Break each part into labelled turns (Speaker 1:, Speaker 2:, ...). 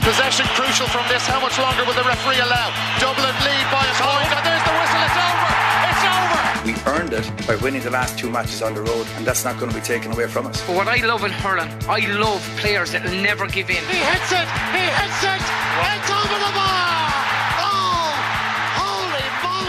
Speaker 1: Possession crucial from this. How much longer will the referee allow? Dublin lead by a point. And there's the whistle. It's over. It's over.
Speaker 2: We earned it by winning the last two matches on the road, and that's not going to be taken away from us.
Speaker 3: But what I love in hurling, I love players that will never give in.
Speaker 1: He hits it. He hits it. It's over the bar. Oh, holy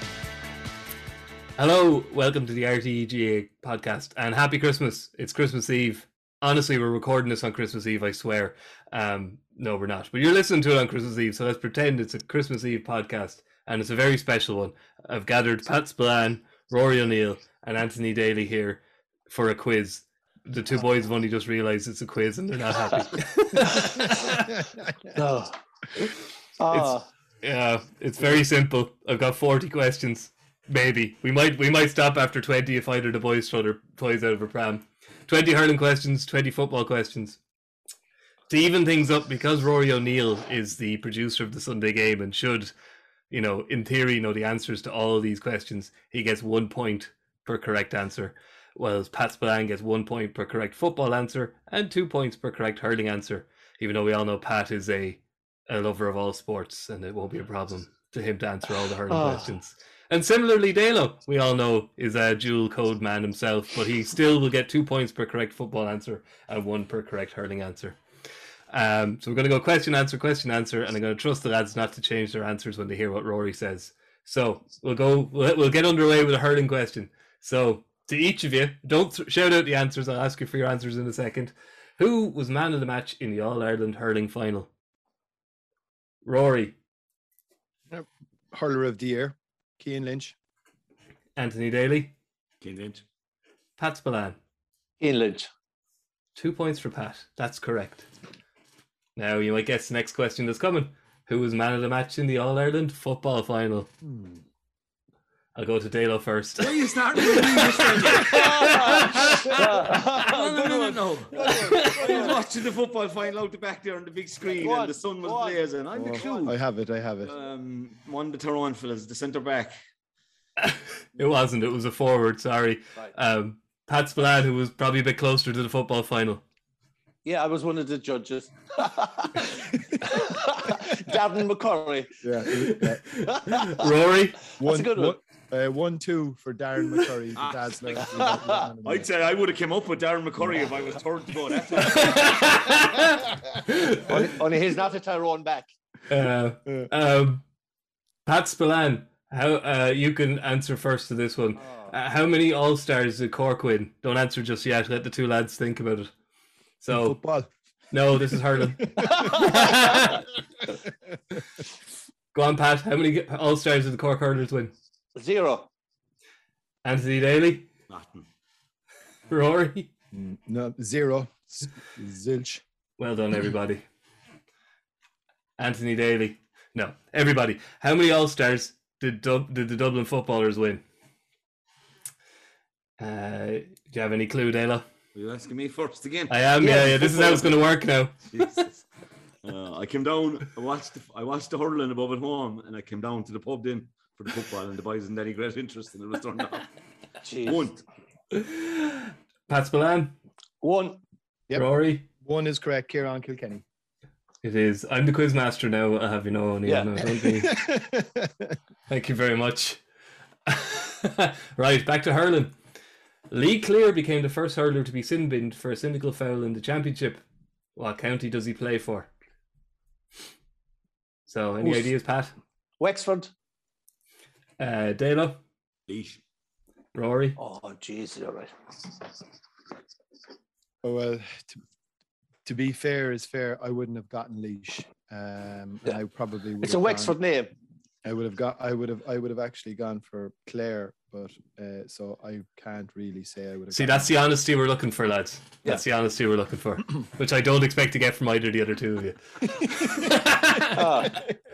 Speaker 1: Moses.
Speaker 4: Hello, welcome to the RTEGA podcast, and happy Christmas! It's Christmas Eve. Honestly, we're recording this on Christmas Eve. I swear. Um, no, we're not, but you're listening to it on Christmas Eve, so let's pretend it's a Christmas Eve podcast, and it's a very special one. I've gathered Pat Spillane, Rory O'Neill, and Anthony Daly here for a quiz. The two boys have only just realised it's a quiz, and they're not happy.
Speaker 5: No. Ah,
Speaker 4: Yeah, it's very simple. I've got forty questions. Maybe we might we might stop after twenty if either the boys throw their toys out of a pram. Twenty hurling questions, twenty football questions. To even things up, because Rory O'Neill is the producer of the Sunday game and should, you know, in theory know the answers to all of these questions, he gets one point per correct answer. Whereas Pat Spillane gets one point per correct football answer and two points per correct hurling answer. Even though we all know Pat is a a lover of all sports, and it won't be a problem to him to answer all the hurling
Speaker 5: Ah.
Speaker 4: questions. And similarly, Dalo, we all know, is a dual code man himself, but he still will get two points per correct football answer and one per correct hurling answer. Um, so we're going to go question, answer, question, answer, and I'm going to trust the lads not to change their answers when they hear what Rory says. So we'll go, we'll, we'll get underway with a hurling question. So to each of you, don't th- shout out the answers. I'll ask you for your answers in a second. Who was man of the match in the All Ireland hurling final? Rory,
Speaker 6: hurler of the year, Keane Lynch.
Speaker 4: Anthony Daly,
Speaker 7: Keane Lynch.
Speaker 4: Pat Spillane.
Speaker 5: Ian Lynch.
Speaker 4: Two points for Pat. That's correct. Now you might guess the next question that's coming. Who was man of the match in the All Ireland football final? I'll go to Dalo first.
Speaker 7: Why Hmm. are you starting with me this time? No, no, no, no,
Speaker 5: Yeah.
Speaker 7: no. I was watching the football final out the back there on the big screen,
Speaker 5: Go on,
Speaker 7: and the sun was
Speaker 5: go on.
Speaker 7: blazing. I'm the
Speaker 6: Oh, I
Speaker 7: clue.
Speaker 6: have it. I have it.
Speaker 7: Um, one of the Tyrone fellas, the centre back.
Speaker 4: It wasn't. It was a forward. Sorry.
Speaker 5: Right.
Speaker 4: Um, Pat Spillane, who was probably a bit closer to the football final.
Speaker 5: yeah, I was one of the judges. Gavin McCurry.
Speaker 6: Yeah. it- yeah.
Speaker 4: Rory,
Speaker 6: One,
Speaker 5: good one.
Speaker 6: one- uh, one, two for Darren McCurry.
Speaker 7: Ah.
Speaker 6: Dad's name. I'd
Speaker 7: I'd say I would have came up with Darren McCurry if I was third to go. That's
Speaker 5: Only, only he's not a Tyrone back.
Speaker 4: uh,
Speaker 6: Yeah.
Speaker 4: um, Pat Spillane, how uh, you can answer first to this one.
Speaker 6: Oh.
Speaker 4: Uh, how many All Stars did Cork win? Don't answer just yet. Let the two lads think about it. So
Speaker 6: football.
Speaker 4: no, this is hurling. Go on, Pat. How many All Stars did the Cork hurlers win?
Speaker 5: Zero.
Speaker 4: Anthony Daly,
Speaker 7: nothing.
Speaker 4: Rory.
Speaker 6: Mm, No, zero. S- Zilch.
Speaker 4: Well done, everybody. Anthony Daly. No, everybody. How many All Stars did Dub- did the Dublin footballers win? Uh, do you have any clue, Dela?
Speaker 7: Are you asking me first again?
Speaker 4: I am. Yeah,
Speaker 5: Yeah,
Speaker 4: yeah. This is how it's going to work now.
Speaker 7: Jesus. Uh, I came down. I watched. The, I watched the hurling above at home, and I came down to the pub then for the football, and the boys didn't any great interest, and it was turned off.
Speaker 5: Jeez.
Speaker 7: One.
Speaker 4: Pat Spillane,
Speaker 5: One.
Speaker 6: Yep.
Speaker 4: Rory.
Speaker 6: One is correct. Kieran Kilkenny.
Speaker 4: It is. I'm the quiz master now. I have you know, O'Neill.
Speaker 5: Yeah.
Speaker 4: now, don't be. Thank you very much. right, back to hurling. Lee Clear became the first hurler to be sin binned for a syndical foul in the championship. What county does he play for? So, any
Speaker 5: Oof.
Speaker 4: ideas, Pat?
Speaker 5: Wexford.
Speaker 4: Uh, Dalo,
Speaker 7: Leash.
Speaker 4: Rory,
Speaker 5: Oh, jeez, you're right.
Speaker 6: oh, well, to, to be fair is fair. I wouldn't have gotten leash. Um, and
Speaker 5: Yeah.
Speaker 6: I probably would.
Speaker 5: It's a
Speaker 6: have gone-
Speaker 5: Wexford name.
Speaker 6: I would have got. I would have. I would have actually gone for Claire, but uh, so I can't really say I would have.
Speaker 4: See,
Speaker 6: gotten
Speaker 4: that's the honesty we're looking for, lads. That's the honesty we're looking for, which I don't expect to get from either of the other two of you.
Speaker 5: Ah,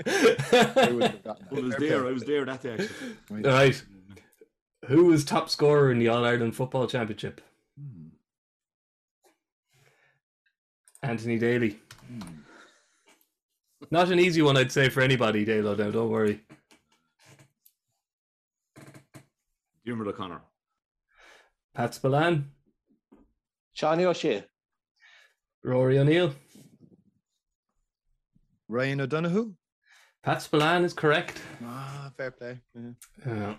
Speaker 6: I would have gotten
Speaker 7: I was
Speaker 6: Fair
Speaker 7: there.
Speaker 6: play.
Speaker 7: I was there that day. Actually.
Speaker 4: All right. Who was top scorer in the All Ireland Football Championship?
Speaker 6: Hmm.
Speaker 4: Anthony Daly.
Speaker 6: Hmm.
Speaker 4: Not an easy one, I'd say, for anybody, Dalo, now, don't worry.
Speaker 7: Dermot O'Connor.
Speaker 4: Pat Spillane,
Speaker 5: Shawnee O'Shea.
Speaker 4: Rory O'Neill,
Speaker 6: Ryan O'Donoghue.
Speaker 4: Pat Spillane is correct.
Speaker 6: Ah, fair play. Yeah.
Speaker 4: Yeah.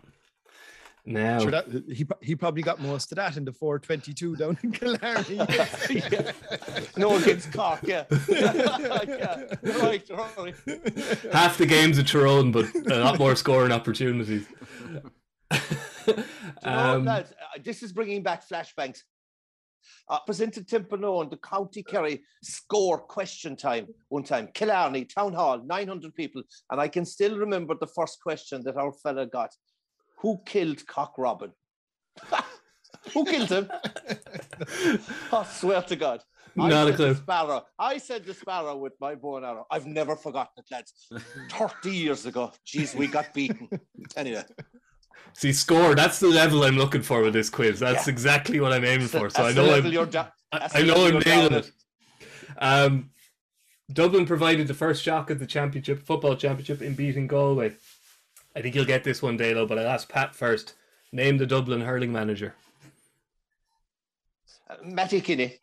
Speaker 4: Now,
Speaker 6: Sure, that, he pro- he probably got most of that in the 422 down in Killarney.
Speaker 5: No against Cork, yeah. yeah. You're right, you're right.
Speaker 4: half the games at Tyrone, but a lot more scoring opportunities.
Speaker 5: No,
Speaker 4: um,
Speaker 5: lads, uh, this is bringing back flashbacks. Uh, presented Timpernoan, the County Kerry score question time one time. Killarney, Town Hall, 900 people. And I can still remember the first question that our fella got Who killed Cock Robin? Who killed him? I swear to God. I
Speaker 4: Not a
Speaker 5: said the
Speaker 4: clue.
Speaker 5: Sparrow. I said the sparrow with my bow and arrow. I've never forgotten it, lads. 30 years ago. Jeez, we got beaten. Anyway.
Speaker 4: see, score. That's the level I'm looking for with this quiz. That's exactly what I'm aiming for. So I
Speaker 5: that's the
Speaker 4: know
Speaker 5: level
Speaker 4: I'm,
Speaker 5: you're da-
Speaker 4: I,
Speaker 5: that's
Speaker 4: I
Speaker 5: the
Speaker 4: know
Speaker 5: level
Speaker 4: I'm
Speaker 5: you're
Speaker 4: nailing
Speaker 5: down
Speaker 4: it. Um, Dublin provided the first shock at the championship, football championship, in beating Galway. I think you'll get this one, Dalo, but I'll ask Pat first. Name the Dublin hurling manager.
Speaker 5: Uh, Matty Kinney.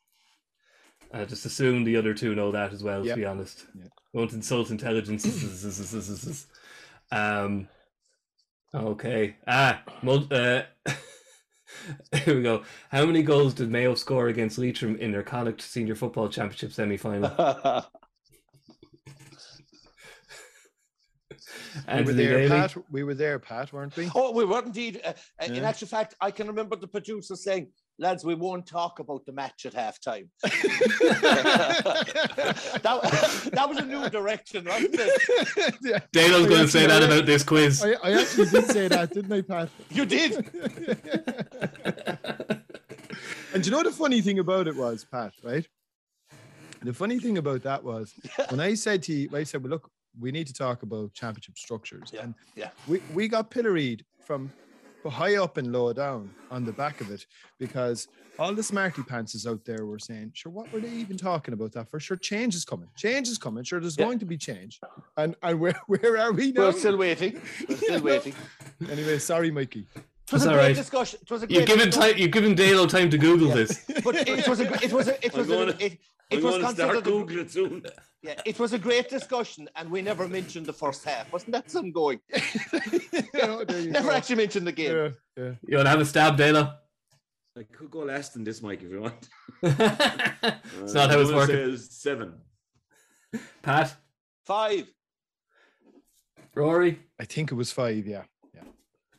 Speaker 4: I just assume the other two know that as well,
Speaker 6: Yeah.
Speaker 4: to be honest.
Speaker 6: Yeah.
Speaker 4: Won't insult intelligence. um, okay. Ah, mul- uh, here we go. How many goals did Mayo score against Leitrim in their Connacht Senior Football Championship semi final?
Speaker 6: we were there, Pat. We were there, Pat, weren't we?
Speaker 5: Oh, we were indeed. Uh, uh, In
Speaker 6: Yeah.
Speaker 5: actual fact, I can remember the producer saying, lads, we won't talk about the match at halftime.
Speaker 6: Oh,
Speaker 5: that, that was a new direction, wasn't it?
Speaker 6: yeah.
Speaker 4: Dalo's going to say that
Speaker 6: Oh, Yeah.
Speaker 4: about this quiz.
Speaker 6: I, I actually did say that, didn't I, Pat?
Speaker 5: You did.
Speaker 6: And you know the funny thing about it was, Pat, right? The funny thing about that was when I said to you, I said, well, look, we need to talk about championship structures.
Speaker 5: Yeah,
Speaker 6: and
Speaker 5: yeah.
Speaker 6: we, we got pilloried from high up and low down on the back of it because all the smarty pantses out there were saying, sure, what were they even talking about that for? Sure, change is coming. Change is coming. Sure, there's
Speaker 5: Yeah.
Speaker 6: going to be change. And and where, where are we now?
Speaker 5: We're still waiting. We're still
Speaker 6: Yeah.
Speaker 5: waiting.
Speaker 6: Anyway, sorry, Mikey.
Speaker 5: It
Speaker 4: That's
Speaker 5: was a
Speaker 4: all
Speaker 5: great
Speaker 4: right.
Speaker 5: discussion. It was a great
Speaker 4: You've given
Speaker 5: discussion,
Speaker 4: time. You've given Dalo time to Google this.
Speaker 5: But it was a. gr- It was a. It
Speaker 7: I'm
Speaker 5: was
Speaker 7: gonna-
Speaker 5: a. It,
Speaker 7: I'm
Speaker 5: it was
Speaker 7: going to start
Speaker 5: considered a,
Speaker 7: Googling it soon.
Speaker 5: yeah, it was a great discussion, and we never mentioned the first half. Wasn't that some going?
Speaker 6: Oh, there you
Speaker 5: Never
Speaker 6: go.
Speaker 5: actually mentioned the game.
Speaker 6: Yeah, yeah.
Speaker 4: You want to have a stab, Dalo?
Speaker 7: I could go less than this, Mike, if you want.
Speaker 4: it's
Speaker 7: Uh,
Speaker 4: not how
Speaker 7: I'm
Speaker 4: it's
Speaker 7: gonna say
Speaker 4: working.
Speaker 7: it's Seven.
Speaker 4: Pat,
Speaker 5: Five.
Speaker 4: Rory.
Speaker 6: I think it was five, yeah.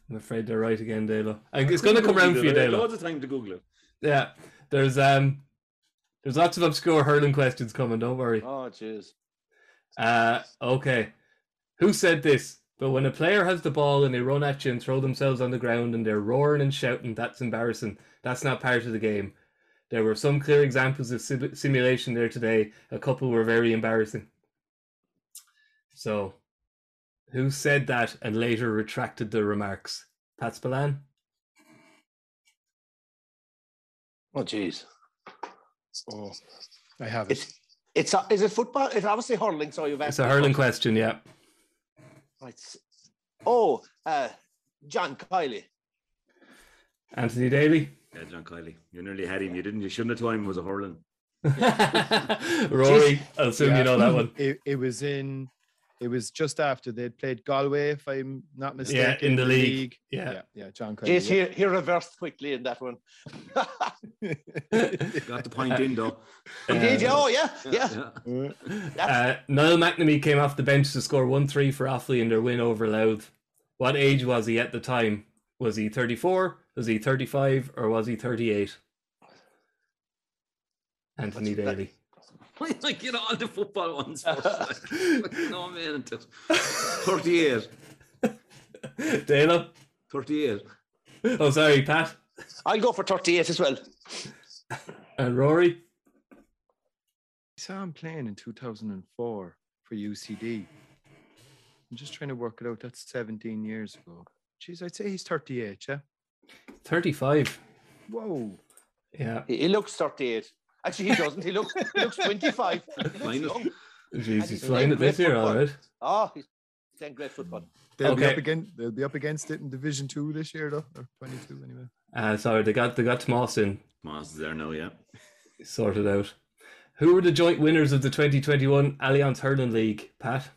Speaker 4: I'm afraid they're right again, Dalo. And it's going to come round for you,
Speaker 7: I had
Speaker 4: Dalo.
Speaker 7: Loads of time to Google it.
Speaker 4: Yeah, there's um, there's lots of obscure hurling questions coming. Don't worry.
Speaker 5: Oh, jeez.
Speaker 4: Uh, okay, who said this? But when a player has the ball and they run at you and throw themselves on the ground and they're roaring and shouting, that's embarrassing. That's not part of the game. There were some clear examples of sim- simulation there today. A couple were very embarrassing. So, who said that and later retracted the remarks? Pat Spillane?
Speaker 5: Oh, jeez.
Speaker 6: Oh, I have it.
Speaker 5: It's it's a, is it football? It's obviously hurling. So you've
Speaker 4: It's
Speaker 5: asked.
Speaker 4: a
Speaker 5: me
Speaker 4: hurling
Speaker 5: first.
Speaker 4: question, yeah.
Speaker 5: It's- oh, uh, John Kiley.
Speaker 4: Anthony Daly?
Speaker 7: Yeah, John Kiley, you nearly had him. You didn't. You shouldn't have told him it was a hurling.
Speaker 4: Rory, I assume
Speaker 6: Yeah.
Speaker 4: you know that one.
Speaker 6: It, it was in, it was just after they'd played Galway, if I'm not mistaken.
Speaker 4: Yeah, in the league. Yeah.
Speaker 6: Yeah, yeah, John Cody.
Speaker 5: Jeez, he, he reversed quickly in that one.
Speaker 7: Got the point in though.
Speaker 5: Indeed. yeah, Oh, yeah, yeah.
Speaker 4: Uh, Niall McNamee came off the bench to score 1 3 for Offaly in their win over Louth. What age was he at the time? Was he 34? Was he 35? Or was he 38? Anthony
Speaker 5: That's-
Speaker 4: Daly.
Speaker 7: Why did I get all the football ones first? Like, no man, until thirty-eight.
Speaker 4: Dale?
Speaker 7: Thirty-eight.
Speaker 4: Oh, sorry, Pat
Speaker 5: I'll go for 38 as well.
Speaker 4: and Rory.
Speaker 6: saw him playing in 2004 for UCD. I'm just trying to work it out. That's 17 years ago. Jeez, I'd say he's 38, yeah?
Speaker 4: 35.
Speaker 6: Whoa.
Speaker 4: Yeah.
Speaker 5: He, he looks 38. Actually, he doesn't. He looks he looks 25. He looks
Speaker 7: Minus-
Speaker 5: young.
Speaker 4: Jeez,
Speaker 5: he's
Speaker 4: he's flying
Speaker 5: playing
Speaker 4: it this
Speaker 5: great
Speaker 4: year, all
Speaker 5: football.
Speaker 4: right.
Speaker 5: Oh, he's playing great football.
Speaker 6: They'll be
Speaker 4: Okay.
Speaker 6: up again. They'll be up against it in Division Two this year, though, or 22 anyway.
Speaker 4: Uh, sorry, they got they got Tomas in
Speaker 7: Mars is there now, yeah.
Speaker 4: sorted out. Who were the joint winners of the 2021 Alliance Hurling League, Pat?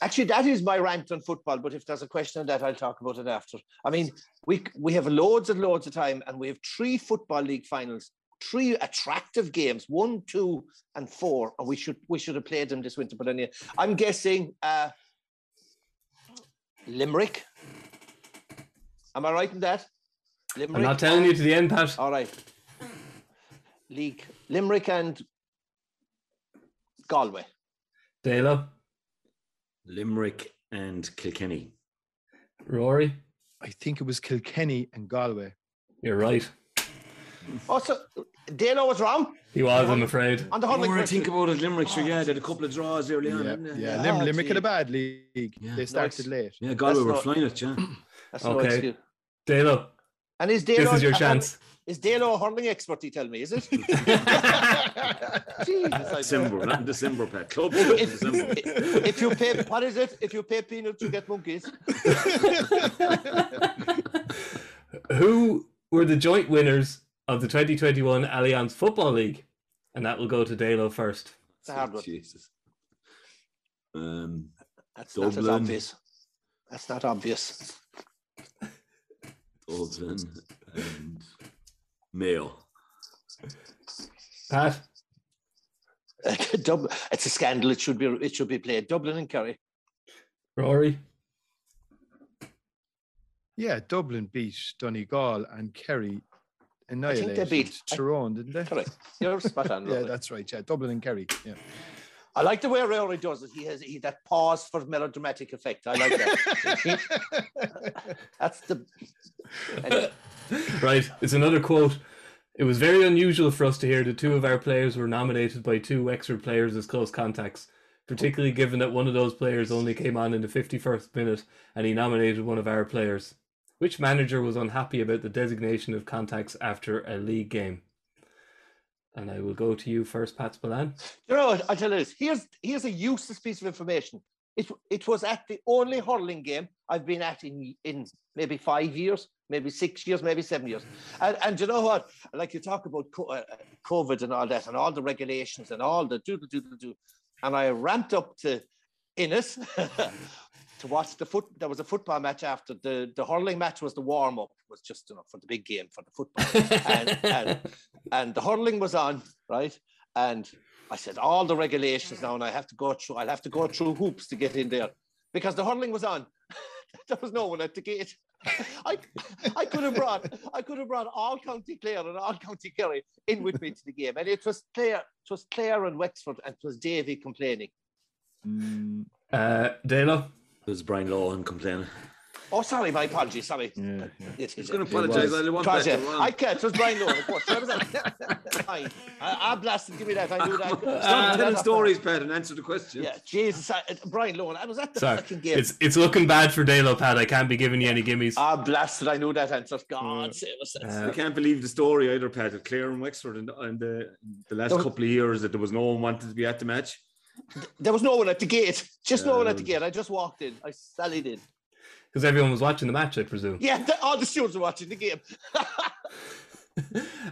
Speaker 5: Actually, that is my rant on football. But if there's a question on that, I'll talk about it after. I mean, we we have loads and loads of time, and we have three football league finals, three attractive games, one, two, and four, and we should we should have played them this winter. But anyway, I'm guessing uh, Limerick. Am I right in that? Limerick.
Speaker 4: I'm not telling you to the end, Pat.
Speaker 5: All right. League Limerick and Galway.
Speaker 4: Dalo,
Speaker 7: Limerick and Kilkenny.
Speaker 4: Rory,
Speaker 6: I think it was Kilkenny and Galway.
Speaker 4: you're right.
Speaker 5: Also, Dalo was wrong
Speaker 4: He was, I'm afraid.
Speaker 5: on the
Speaker 7: The
Speaker 5: hurling.
Speaker 7: more I
Speaker 5: question.
Speaker 7: think about it, Limerick, sure, yeah, they had a couple of draws early
Speaker 6: Yeah,
Speaker 7: on. didn't they?
Speaker 6: yeah.
Speaker 5: Oh Yeah.
Speaker 6: Lim-
Speaker 5: Oh,
Speaker 6: Limerick had a
Speaker 5: gee.
Speaker 6: bad league.
Speaker 7: Yeah.
Speaker 6: They
Speaker 7: Nice.
Speaker 6: started late.
Speaker 7: Yeah, Galway
Speaker 5: That's
Speaker 7: were
Speaker 5: not-
Speaker 7: flying it, yeah.
Speaker 5: That's
Speaker 4: Okay.
Speaker 5: no excuse.
Speaker 4: Dalo,
Speaker 5: And is Dalo
Speaker 4: this is your
Speaker 5: a hurling-
Speaker 4: chance.
Speaker 5: Is Dalo a hurling expert? You tell me, is it? Jesus, I-
Speaker 7: December, not in December, Pat. Club
Speaker 5: If,
Speaker 7: December.
Speaker 5: if you pay, what is it? If you pay peanuts, you get monkeys.
Speaker 4: Who were the joint winners of the 2021 Alliance Football League? And that will go to Dalo first.
Speaker 5: It's a hard one.
Speaker 7: Oh, Jesus. Um,
Speaker 5: That's not as
Speaker 7: Dublin.
Speaker 5: obvious. That's not obvious.
Speaker 7: Dublin and Mayo.
Speaker 4: Pat,
Speaker 5: Dublin. It's a scandal. It should be. It should be played. Dublin and Kerry.
Speaker 4: Rory,
Speaker 6: Yeah, Dublin beat Donegal and Kerry annihilated
Speaker 5: they beat- I-
Speaker 6: Tyrone, didn't they?
Speaker 5: Correct. You're spot on.
Speaker 6: Yeah,
Speaker 5: Rory.
Speaker 6: that's right. Yeah, Dublin and Kerry. Yeah.
Speaker 5: I like the way Rory does it. He has he, that pause for melodramatic effect. I like that. That's the. Anyway,
Speaker 4: right, it's another quote. It was very unusual for us to hear that two of our players were nominated by two Wexford players as close contacts, particularly given that one of those players only came on in the 51st minute and he nominated one of our players. Which manager was unhappy about the designation of contacts after a league game? And I will go to you first, Pat Spillane.
Speaker 5: you know, what, I tell you this. Here's here's a useless piece of information. It it was at the only hurling game I've been at in in maybe five years, maybe six years, maybe seven years. And and you know what? Like you talk about co- uh, uh, COVID and all that, and all the regulations and all the doodle doodle do. And I ramped up to Innes to watch the foot. There was a football match after the the hurling match was the warm up was just enough for the big game for the football, and, and and the hurling was on right. And I said all the regulations now, and I have to go through. I'll have to go through hoops to get in there because the hurling was on. there was no one at the gate. I, I could have brought I could have brought all county Clare and all county Kerry in with me to the game, and it was Clare, it was Clare and Wexford, and it was Davy complaining.
Speaker 6: Mm,
Speaker 4: Uh, Dalo,
Speaker 7: There's Brian Law and complaining.
Speaker 5: Oh, sorry, my apologies. Sorry.
Speaker 6: yeah, yeah.
Speaker 5: It
Speaker 7: He's
Speaker 5: is.
Speaker 7: going
Speaker 5: it.
Speaker 7: to apologise.
Speaker 6: was.
Speaker 7: I want Uh,
Speaker 5: Twas,
Speaker 7: that.
Speaker 5: yeah.
Speaker 7: to
Speaker 5: I
Speaker 7: wrong.
Speaker 5: can't. It was Brian Lowe, of course. Represent- Fine. I, I blasted. Give me that. I knew that.
Speaker 7: Stop telling stories, Pat, and answer the question.
Speaker 5: Yeah, Jesus. I, uh, Brian Lowe. I was at the
Speaker 4: sorry,
Speaker 5: fucking game.
Speaker 4: it's it's looking bad for Dalo, Pat. I can't be giving you any gimmies.
Speaker 5: Ah, blasted. I knew that answer. God save us. That's-
Speaker 4: Uh,
Speaker 7: I can't believe the story either, Pat. At Clare and Wexford in, the- in the, the last
Speaker 5: Don't-
Speaker 7: couple of years that there was no one wanted to be at the match.
Speaker 5: There was no one at the gate. Just no one at the
Speaker 7: Um,
Speaker 5: gate. I just walked in. I sallied in.
Speaker 4: Because everyone was watching the match, I presume.
Speaker 5: Yeah, the, all the students were watching the game.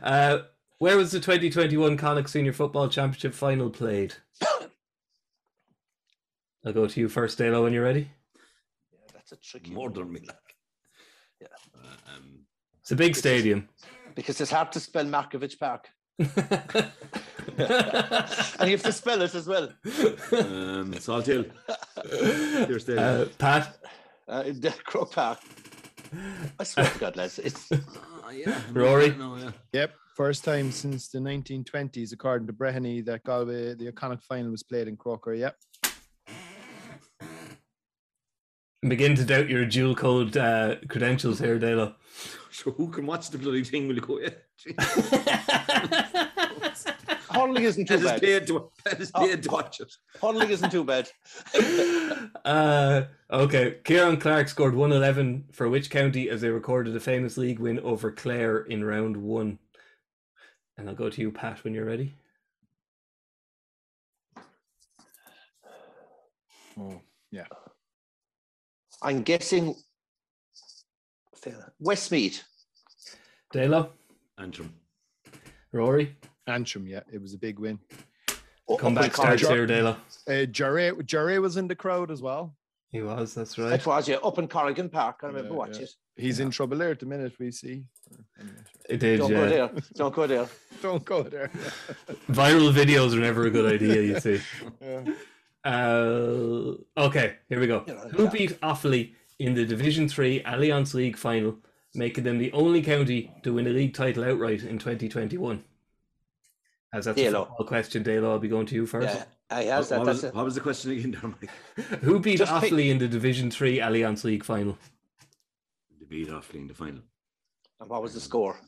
Speaker 4: Uh, where was the 2021 Connacht Senior Football Championship final played? I'll go to you first, Dalo, when you're ready.
Speaker 5: That's a tricky one
Speaker 7: Murder me, like.
Speaker 5: Yeah.
Speaker 7: Uh, um,
Speaker 4: It's a big stadium.
Speaker 5: because it's hard to spell Markovic Park,
Speaker 4: uh,
Speaker 5: and you have to spell it as well.
Speaker 7: um, Salt Hill. Your stadium.
Speaker 4: Pat,
Speaker 5: Uh, in the Crow Park. I swear to God, lads, it's
Speaker 7: Ah, yeah.
Speaker 4: Rory?
Speaker 7: No, yeah.
Speaker 6: Yep. First time since the 1920s, according to Breheny, that Galway, the iconic final was played in Croker. Yep.
Speaker 4: I begin to doubt your dual code uh, credentials here, Dalo.
Speaker 7: So who can watch the bloody thing? Will you go? Yeah. Jesus.
Speaker 5: hurling isn't too
Speaker 7: Pat is
Speaker 5: bad.
Speaker 7: paid to. Pat
Speaker 5: Oh.
Speaker 7: is paid to watch it.
Speaker 5: Hurling isn't too bad.
Speaker 4: uh, okay, Kieran Clark scored 111 for which county as they recorded a famous league win over Clare in round one? And I'll go to you, Pat, when you're ready.
Speaker 6: Oh, yeah.
Speaker 5: I'm guessing Westmead.
Speaker 4: Dalo,
Speaker 7: Antrim.
Speaker 4: Rory,
Speaker 6: Antrim, yeah, it was a big win.
Speaker 5: Oh,
Speaker 4: comeback
Speaker 5: up in Connacht.
Speaker 4: starts here, Dalo.
Speaker 6: Uh, Jare, Jare was in the crowd as well.
Speaker 4: He was, that's
Speaker 5: It
Speaker 4: right.
Speaker 5: was, yeah, up in Corrigan Park. I remember
Speaker 6: Yeah,
Speaker 5: watching
Speaker 6: yeah.
Speaker 5: it.
Speaker 6: He's in trouble there at the minute. We see. Anyway,
Speaker 4: It did,
Speaker 5: Don't go
Speaker 4: yeah.
Speaker 5: there. Don't go there.
Speaker 6: Don't go there.
Speaker 4: Viral videos are never a good idea, you see.
Speaker 6: Yeah.
Speaker 4: Uh, okay, here we go.
Speaker 5: You know,
Speaker 4: Who
Speaker 5: yeah.
Speaker 4: beat Offaly in the Division 3 Alliance League final, making them the only county to win a league title outright in 2021? As that's a
Speaker 5: Dalo.
Speaker 4: football question, Dalo, I'll be going to you first.
Speaker 5: Yeah, I has
Speaker 7: what,
Speaker 5: that.
Speaker 7: was,
Speaker 5: That's it.
Speaker 7: what was the question again, there, Mike?
Speaker 4: Who beat
Speaker 5: Just
Speaker 4: Offaly
Speaker 5: pick-
Speaker 4: in the Division 3 Alliance League final?
Speaker 7: They beat Offaly in the final.
Speaker 5: And what was the score?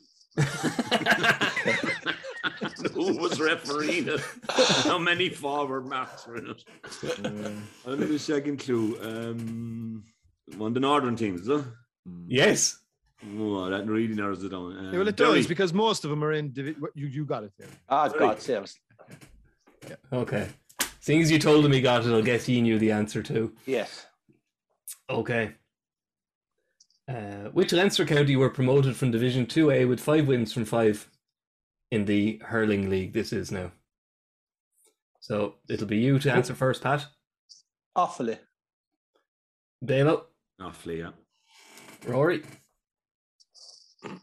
Speaker 7: Who was refereeing it? How many forward marks were in it? I'll give you a second clue. Um, one of the northern teams, is it?
Speaker 4: Yes.
Speaker 7: Oh, that really narrows it down. Um,
Speaker 6: Yeah, well, it
Speaker 7: Derry.
Speaker 6: does because most of them are in. Divi- what- you, you got it there.
Speaker 5: Ah,
Speaker 7: Three.
Speaker 5: God, Sims.
Speaker 4: Okay. Seeing as you told him he got it, I'll guess he knew the answer too.
Speaker 5: Yes.
Speaker 4: Okay. Uh, which Leinster county were promoted from Division 2A with five wins from five in the hurling league? This is now. So it'll be you to answer first, Pat.
Speaker 5: Awfully.
Speaker 4: Dalo,
Speaker 7: Offaly, Ah, yeah.
Speaker 4: Rory,
Speaker 6: I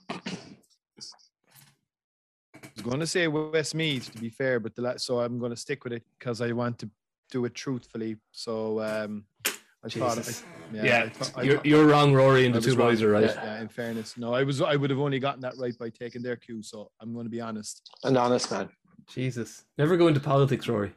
Speaker 6: was going to say Westmead to be fair, but the la- so I'm going to stick with it because I want to do it truthfully. So um, I
Speaker 4: Jesus.
Speaker 6: thought. I, yeah,
Speaker 4: Yeah,
Speaker 6: I thought- I
Speaker 4: you're,
Speaker 6: thought-
Speaker 4: you're wrong, Rory, and
Speaker 6: I
Speaker 4: the
Speaker 6: was
Speaker 4: two
Speaker 6: wrong.
Speaker 4: boys are right.
Speaker 6: Yeah, yeah, in fairness, no, I was I would have only gotten that right by taking their cue. So I'm going to be honest.
Speaker 5: An honest man.
Speaker 4: Jesus. Never go into politics, Rory.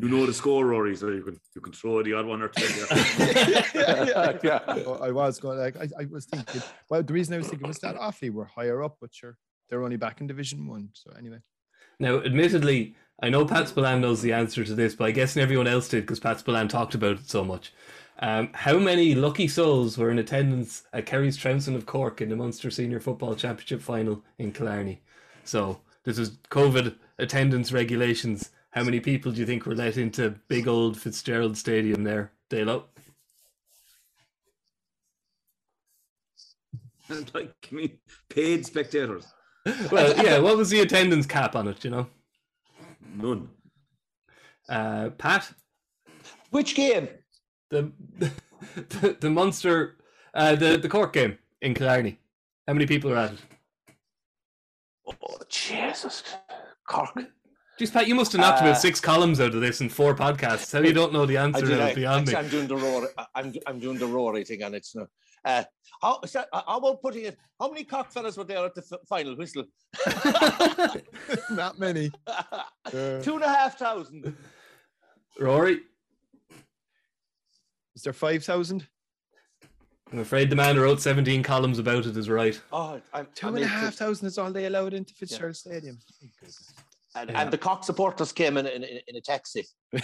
Speaker 7: You know the score, Rory, so you can you can throw the odd one or two. There.
Speaker 5: yeah.
Speaker 6: Well, I was going like I, I was thinking. Well, the reason I was thinking was that Offaly were higher up, but sure, they're only back in Division One. So anyway,
Speaker 4: Now, admittedly, I know Pat Spillane knows the answer to this, but I guess everyone else did because Pat Spillane talked about it so much. Um, how many lucky souls were in attendance at Kerry's Trouncing of Cork in the Munster Senior Football Championship final in Killarney? So, this is COVID attendance regulations. How many people do you think were let into big old Fitzgerald Stadium there, Dalo?
Speaker 7: like I mean, paid spectators.
Speaker 4: Well, yeah, what was the attendance cap on it, you know?
Speaker 7: None.
Speaker 4: Uh, Pat?
Speaker 5: Which game?
Speaker 4: the the, the monster uh, the the Cork game in Killarney. How many people are at it?
Speaker 5: Oh, Jesus. Cork.
Speaker 4: Jeez, Pat, you must have knocked
Speaker 5: Uh,
Speaker 4: about six columns out of this in four podcasts. How you don't know the
Speaker 5: I
Speaker 4: answer
Speaker 5: did,
Speaker 4: now is
Speaker 5: I,
Speaker 4: beyond me.
Speaker 5: actually, I'm doing the Rory. I- I'm, I'm doing the Rory thing on it now. Uh, how, so, uh, how about putting it? How many cock fellas were there at the f- final whistle?
Speaker 6: not many. Uh,
Speaker 5: Two and a half thousand.
Speaker 4: Rory,
Speaker 6: is there five thousand?
Speaker 4: I'm afraid the man who wrote 17 columns about it is right.
Speaker 5: Oh, I'm,
Speaker 6: Two
Speaker 5: I'm
Speaker 6: and a
Speaker 5: into-
Speaker 6: half thousand is all they allowed into Fitzgerald Stadium.
Speaker 5: And,
Speaker 4: Yeah.
Speaker 5: and the cock supporters came in in, in, in a taxi.
Speaker 7: Were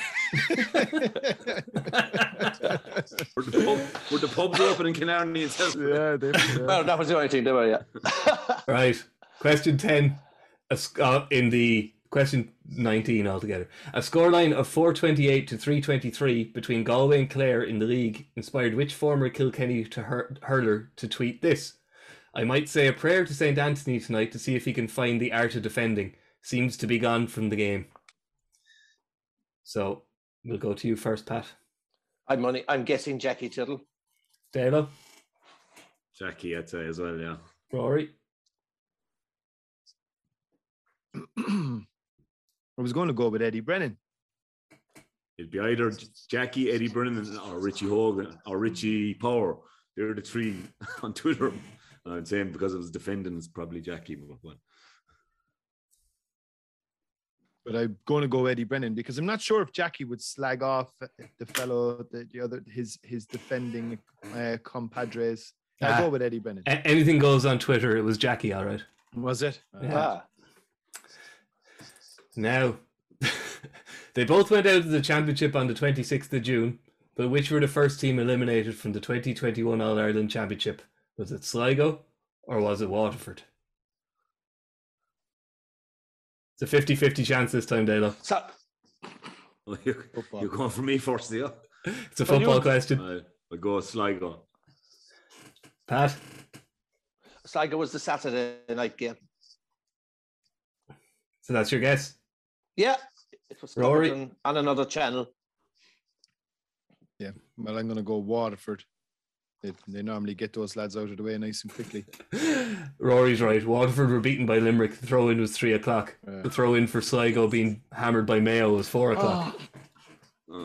Speaker 7: the, pub, were the pubs open in Killarney and Cessna?
Speaker 6: yeah, they,
Speaker 5: Well, that was the only thing they were. Yeah.
Speaker 4: Right. Question 10 a sc- uh, in the question 19 altogether. A scoreline of 428 to 323 between Galway and Clare in the league inspired which former Kilkenny to hur- hurler to tweet this? I might say a prayer to St. Anthony tonight to see if he can find the art of defending. Seems to be gone from the game. So we'll go to you first, Pat.
Speaker 5: I'm only, I'm guessing Jackie Tittle.
Speaker 4: Dalo,
Speaker 7: Jackie, I'd say as well, yeah.
Speaker 4: Rory,
Speaker 6: I was going to go with Eddie Brennan.
Speaker 7: It'd be either J- Jackie, Eddie Brennan, or Richie Hogan, or Richie Power. They're the three on Twitter. And I'm saying because I was defending, it's probably Jackie. But what?
Speaker 6: But I'm going to go Eddie Brennan because I'm not sure if Jackie would slag off the fellow, the, the other, his his defending uh, compadres.
Speaker 4: Ah.
Speaker 6: I'll go with Eddie Brennan.
Speaker 4: A- anything goes on Twitter. It was Jackie, all right.
Speaker 6: Was it?
Speaker 4: Yeah.
Speaker 5: Ah,
Speaker 4: Now, they both went out of the championship on the 26th of June, but which were the first team eliminated from the 2021 All Ireland Championship? Was it Sligo or was it Waterford? It's a 50 50 chance this time, Dalo.
Speaker 5: so,
Speaker 7: Oh, you-
Speaker 6: Football.
Speaker 7: You're going for me first, yeah?
Speaker 4: It's a football
Speaker 5: you-
Speaker 4: question.
Speaker 7: I, I go Sligo.
Speaker 4: Pat,
Speaker 5: Sligo was the Saturday night game.
Speaker 4: So that's your guess.
Speaker 5: Yeah, it was covered
Speaker 4: Rory?
Speaker 5: on, on another channel.
Speaker 6: Yeah. Well, I'm going to go Waterford. They, they normally get those lads out of the way nice and quickly.
Speaker 4: Rory's right. Waterford were beaten by Limerick. The throw in was three o'clock.
Speaker 6: Yeah.
Speaker 4: The throw in for Sligo being hammered by Mayo was four o'clock.
Speaker 7: Uh,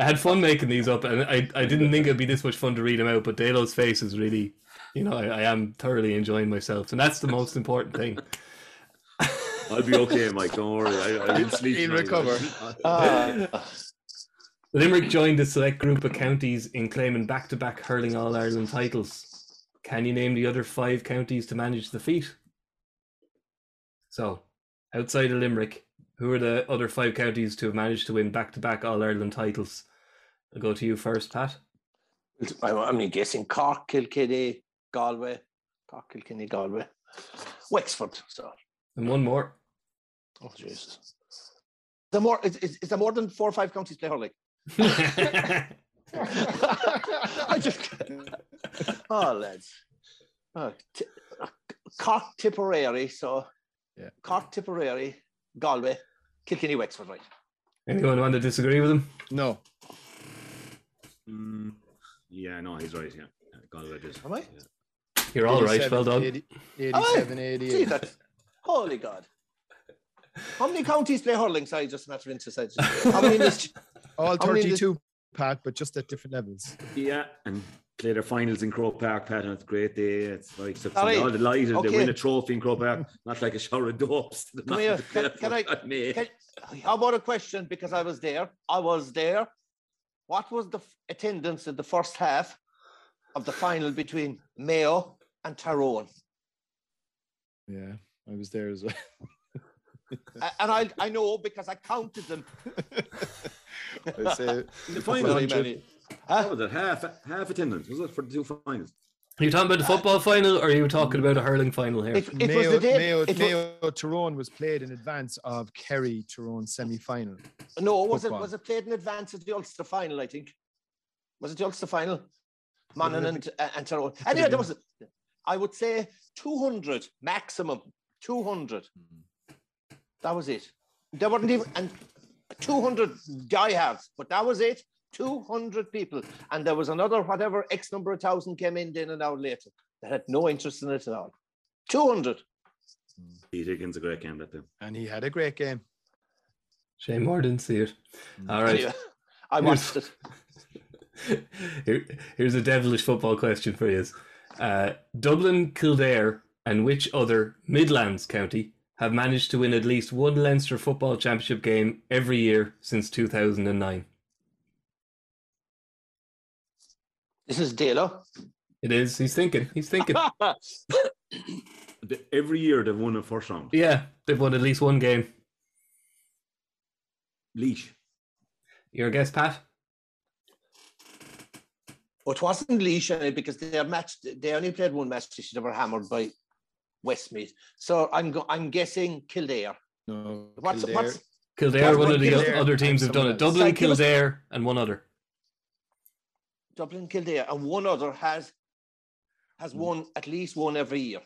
Speaker 4: I had fun making these up, and I, I didn't think it'd be this much fun to read them out. But Dalo's face is really, you know, I, I am thoroughly enjoying myself, and that's the most important thing.
Speaker 7: I'll be okay, Mike. Don't worry. I, I didn't sleep.
Speaker 6: He'll
Speaker 7: tonight.
Speaker 6: recover.
Speaker 5: Ah,
Speaker 4: Limerick joined a select group of counties in claiming back-to-back hurling All Ireland titles. Can you name the other five counties to manage the feat? So, outside of Limerick, who are the other five counties to have managed to win back-to-back All Ireland titles? I'll go to you first, Pat.
Speaker 5: I'm only guessing Cork, Kilkenny, Galway. Cork, Kilkenny, Galway. Wexford. So,
Speaker 4: And one more.
Speaker 5: oh, Jesus. The more, is, is, is there more than four or five counties play hurling? I just. Oh, lads. Oh, t- Cork, Tipperary. So,
Speaker 6: Yeah.
Speaker 5: Cork, Tipperary, Galway, Kilkenny, Wexford, right?
Speaker 4: Anyone want to disagree with him?
Speaker 6: No.
Speaker 7: Mm, yeah, no, he's right. Yeah, Yeah, Galway did.
Speaker 5: Am I?
Speaker 7: Yeah.
Speaker 4: You're all right, well
Speaker 6: 87,
Speaker 4: done.
Speaker 6: 80 87, 88.
Speaker 5: See that? Holy God. How many counties play hurling? Sorry, just a matter of interest. I just- How many in this?
Speaker 6: All
Speaker 5: How many of the-
Speaker 6: 32, Pat, but just at different levels.
Speaker 7: Yeah, and play their finals in Crow Park, Pat, and it's a great day. It's like so
Speaker 5: All
Speaker 7: they're
Speaker 5: right.
Speaker 7: all delighted they
Speaker 5: Okay.
Speaker 7: win a trophy in Crow Park, not like a shower of dopes.
Speaker 5: Come here. Can, can I?
Speaker 7: I?
Speaker 5: Can, how about a question? Because I was there. I was there. What was the f- attendance in the first half of the final between Mayo and Tyrone?
Speaker 6: Yeah, I was there as well.
Speaker 5: A- And I, I know because I counted them.
Speaker 6: I say
Speaker 7: The
Speaker 5: Very
Speaker 7: final.
Speaker 5: many.
Speaker 7: That was it. Half half attendance was it for the two finals?
Speaker 4: Are you talking about the football final or are you talking about a hurling final here?
Speaker 5: It, it
Speaker 6: Mayo,
Speaker 5: was the day.
Speaker 6: Mayo,
Speaker 5: it wa-
Speaker 6: Mayo Tyrone was played in advance of Kerry Tyrone semi final.
Speaker 5: No, was it
Speaker 6: Football.
Speaker 5: was it played in advance of the Ulster final? I think was it the Ulster final? Manon and uh, and Tyrone. Anyway, there was. I would say two hundred maximum. Two hundred. That was it. There weren't even and two hundred diehards, but that was it. Two hundred people, and there was another whatever x number of thousand came in then an hour later. They had no interest in it at all. Two hundred.
Speaker 7: Pete Higgins a great game that day.
Speaker 6: And he had a great game.
Speaker 4: Shane Moore didn't see it. All right.
Speaker 5: Anyway, I watched it.
Speaker 4: Here, here's a devilish football question for you. Uh, Dublin, Kildare, and which other Midlands county have managed to win at least one Leinster football championship game every year since 2009?
Speaker 5: This is Dalo.
Speaker 4: It is. He's thinking. He's thinking.
Speaker 7: The- Every year they've won a first round.
Speaker 4: yeah, they've won at least one game.
Speaker 7: Leash.
Speaker 4: Your guess, Pat?
Speaker 5: Well, it wasn't Leash only because their match they only played one match this year. They were hammered by Westmeath. So I'm go- I'm guessing Kildare.
Speaker 6: No,
Speaker 5: What's
Speaker 6: Kildare.
Speaker 5: what's
Speaker 4: Kildare,
Speaker 5: Well,
Speaker 4: one of the
Speaker 6: Kildare
Speaker 4: other teams
Speaker 6: and
Speaker 4: have done it.
Speaker 6: someone else.
Speaker 4: Dublin,
Speaker 5: Like, give us-
Speaker 4: Kildare, and one other.
Speaker 5: Dublin Kildare and one other has has won at least one every year.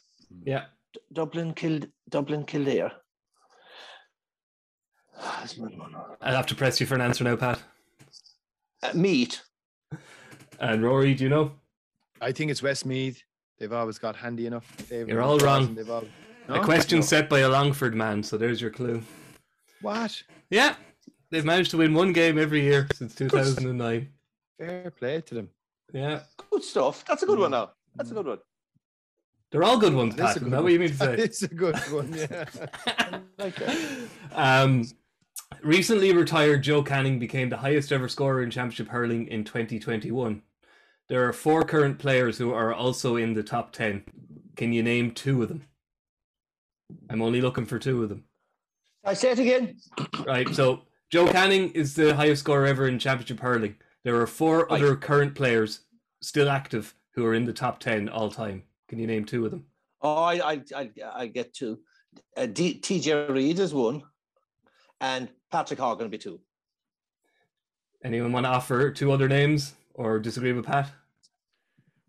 Speaker 4: Yeah.
Speaker 5: D- Dublin Kild Dublin Kildare. Has won one other.
Speaker 4: I'll have to press you for an answer now, Pat.
Speaker 5: Uh, Meath.
Speaker 4: And Rory, do you know?
Speaker 6: I think it's Westmeath. They've always got handy enough. They've
Speaker 4: You're all wrong.
Speaker 6: They've all...
Speaker 4: A
Speaker 6: No?
Speaker 4: question set by a Longford man, so there's your clue.
Speaker 6: What?
Speaker 4: Yeah, they've managed to win one game every year since 2009.
Speaker 6: Fair play to them.
Speaker 4: Yeah,
Speaker 5: Good stuff. That's a good one now. That's a good one.
Speaker 4: they're all good ones,
Speaker 6: That's a
Speaker 4: Pat. Is
Speaker 6: good
Speaker 4: that
Speaker 6: one.
Speaker 4: what you mean to say?
Speaker 6: It's a good one. Yeah.
Speaker 4: Um, recently retired Joe Canning became the highest ever scorer in Championship Hurling in 2021. There are four current players who are also in the top 10. Can you name two of them? I'm only looking for two of them.
Speaker 5: I say it again.
Speaker 4: Right, so Joe Canning is the highest scorer ever in Championship Hurling. There are four
Speaker 5: Right.
Speaker 4: other current players still active who are in the top 10 all time. Can you name two of them?
Speaker 5: Oh, I, I, I, I get two. Uh, D, TJ Reid is one, and Patrick Hogan will be two.
Speaker 4: Anyone want to offer two other names or disagree with Pat?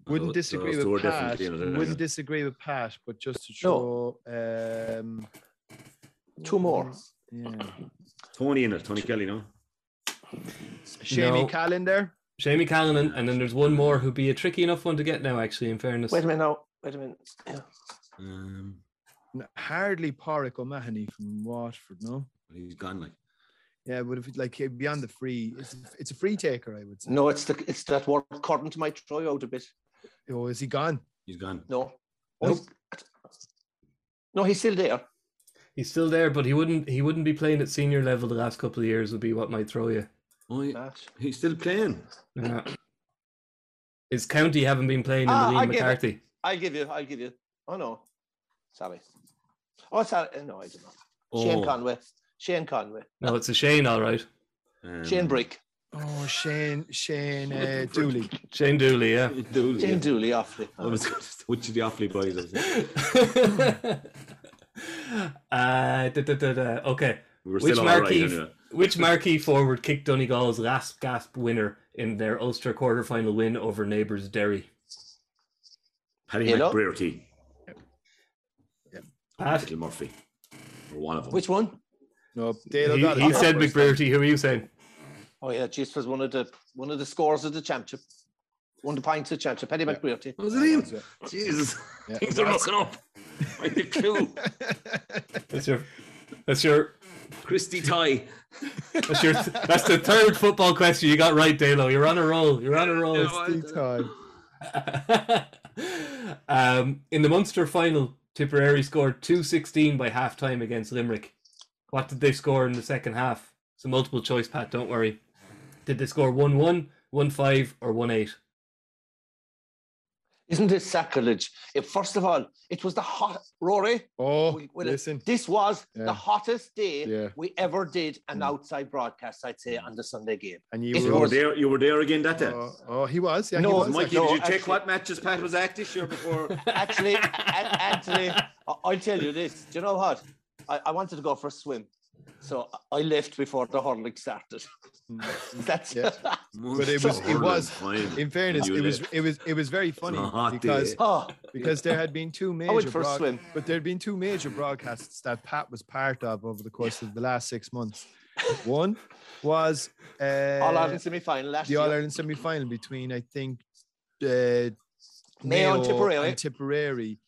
Speaker 6: Wouldn't
Speaker 7: Those-
Speaker 6: disagree
Speaker 7: those two
Speaker 6: with
Speaker 7: are
Speaker 6: Pat.
Speaker 7: definitely in it, aren't
Speaker 6: Wouldn't
Speaker 7: they?
Speaker 6: disagree with Pat, but just to show um,
Speaker 5: Two more.
Speaker 6: Yeah.
Speaker 7: Tony in it. Tony Kelly, no.
Speaker 6: Shamey
Speaker 4: No.
Speaker 6: Callan there.
Speaker 4: Jamie Callanan, and then there's one more who'd be a tricky enough one to get now, actually, in fairness.
Speaker 5: Wait a minute now. Wait a minute. Yeah.
Speaker 7: Um,
Speaker 6: N- Hardly Porrick O'Mahony from Watford, no?
Speaker 7: he's gone. Like
Speaker 6: Yeah, but if like he'd be on the free, it's, it's a free taker, I would say.
Speaker 5: No, it's the it's that word Corden to my throw out a bit.
Speaker 6: Oh, is he gone?
Speaker 7: he's gone.
Speaker 5: No.
Speaker 4: Nope.
Speaker 5: No, he's still there.
Speaker 4: He's still there, but he wouldn't he wouldn't be playing at senior level the last couple of years would be what might throw you.
Speaker 7: Oh, he-
Speaker 5: Ah,
Speaker 7: he's still playing.
Speaker 4: Yeah. His county haven't been playing in
Speaker 5: Ah,
Speaker 4: the
Speaker 5: I
Speaker 4: Liam
Speaker 5: get it.
Speaker 4: McCarthy.
Speaker 5: I'll give you. I'll give you. Oh no, sorry. Oh, sorry. No, I don't know.
Speaker 7: Oh,
Speaker 5: Shane Conway. Shane Conway.
Speaker 4: No, it's a Shane, all right.
Speaker 7: um,
Speaker 5: Shane Brick.
Speaker 6: Oh, Shane, Shane uh, Dooley.
Speaker 4: Shane Dooley, yeah.
Speaker 7: Dooley,
Speaker 5: Shane
Speaker 7: yeah.
Speaker 5: Dooley, awfully.
Speaker 7: I was gonna say, Which of the Offaly boys? I was like,
Speaker 4: uh, da, da, da, da. Okay.
Speaker 7: we were
Speaker 4: Which
Speaker 7: still all right
Speaker 4: marquee,
Speaker 7: anyway.
Speaker 4: which marquee forward kicked Donegal's last gasp winner in their Ulster quarter-final win over neighbours Derry?
Speaker 7: Paddy
Speaker 5: You know?
Speaker 7: McBrearty,
Speaker 4: Pat,
Speaker 7: Little Murphy, or one of them.
Speaker 5: Which one?
Speaker 6: No,
Speaker 4: he,
Speaker 6: Dale O'Donnell.
Speaker 4: he said McBrearty. Who are you saying?
Speaker 5: Oh yeah, Jesus was one of the one of the scores of the championship. One of the points of the championship. Paddy
Speaker 6: Yeah.
Speaker 5: McBrearty.
Speaker 7: was it him?
Speaker 6: Yeah.
Speaker 7: Jesus,
Speaker 6: Yeah.
Speaker 7: things are looking up. I had a clue.
Speaker 4: That's your, that's your,
Speaker 7: Christy Ty.
Speaker 4: that's your, that's the third football question you got right, Dalo. You're on a roll. You're on a roll.
Speaker 6: Time.
Speaker 4: um, in the Munster final, Tipperary scored 216 by half time against Limerick. What did they score in the second half? It's a multiple choice, Pat, don't worry. Did they score 1 1, 1 5, or 1 8?
Speaker 5: Isn't it sacrilege? If first of all, it was the hot Rory.
Speaker 6: Oh,
Speaker 5: we- well,
Speaker 6: listen.
Speaker 5: This was
Speaker 6: Yeah.
Speaker 5: the hottest day
Speaker 6: Yeah.
Speaker 5: we ever did an
Speaker 6: Mm.
Speaker 5: outside broadcast, I'd say, on the Sunday game.
Speaker 6: And you
Speaker 5: It
Speaker 7: You
Speaker 6: were
Speaker 7: were
Speaker 5: was-
Speaker 7: there. You were there again that day.
Speaker 6: Oh, oh, he was. Yeah,
Speaker 5: No,
Speaker 6: he was.
Speaker 5: Mike,
Speaker 7: Mikey,
Speaker 6: actually.
Speaker 5: no,
Speaker 7: did you check
Speaker 5: actually-
Speaker 7: what matches Pat was at this year before?
Speaker 5: actually, a- actually, I- I'll tell you this. Do you know what? I, I wanted to go for a swim, so I- I left before the hurling started. That's
Speaker 6: Mm, Yeah. But it was- it was-
Speaker 7: Fine.
Speaker 6: In fairness,
Speaker 7: You
Speaker 6: it was
Speaker 7: did.
Speaker 6: it was it was very funny
Speaker 7: a hot day.
Speaker 6: because
Speaker 5: oh,
Speaker 6: because there had been two major
Speaker 5: went for a
Speaker 6: broad-
Speaker 5: swim.
Speaker 6: but there'd been two major broadcasts that Pat was part of over the course of the last six months. One was uh,
Speaker 5: All Ireland semi-final last
Speaker 6: the All
Speaker 5: year.
Speaker 6: Ireland semi final between I think uh,
Speaker 5: Mayo and Tipperary.
Speaker 6: and Tipperary,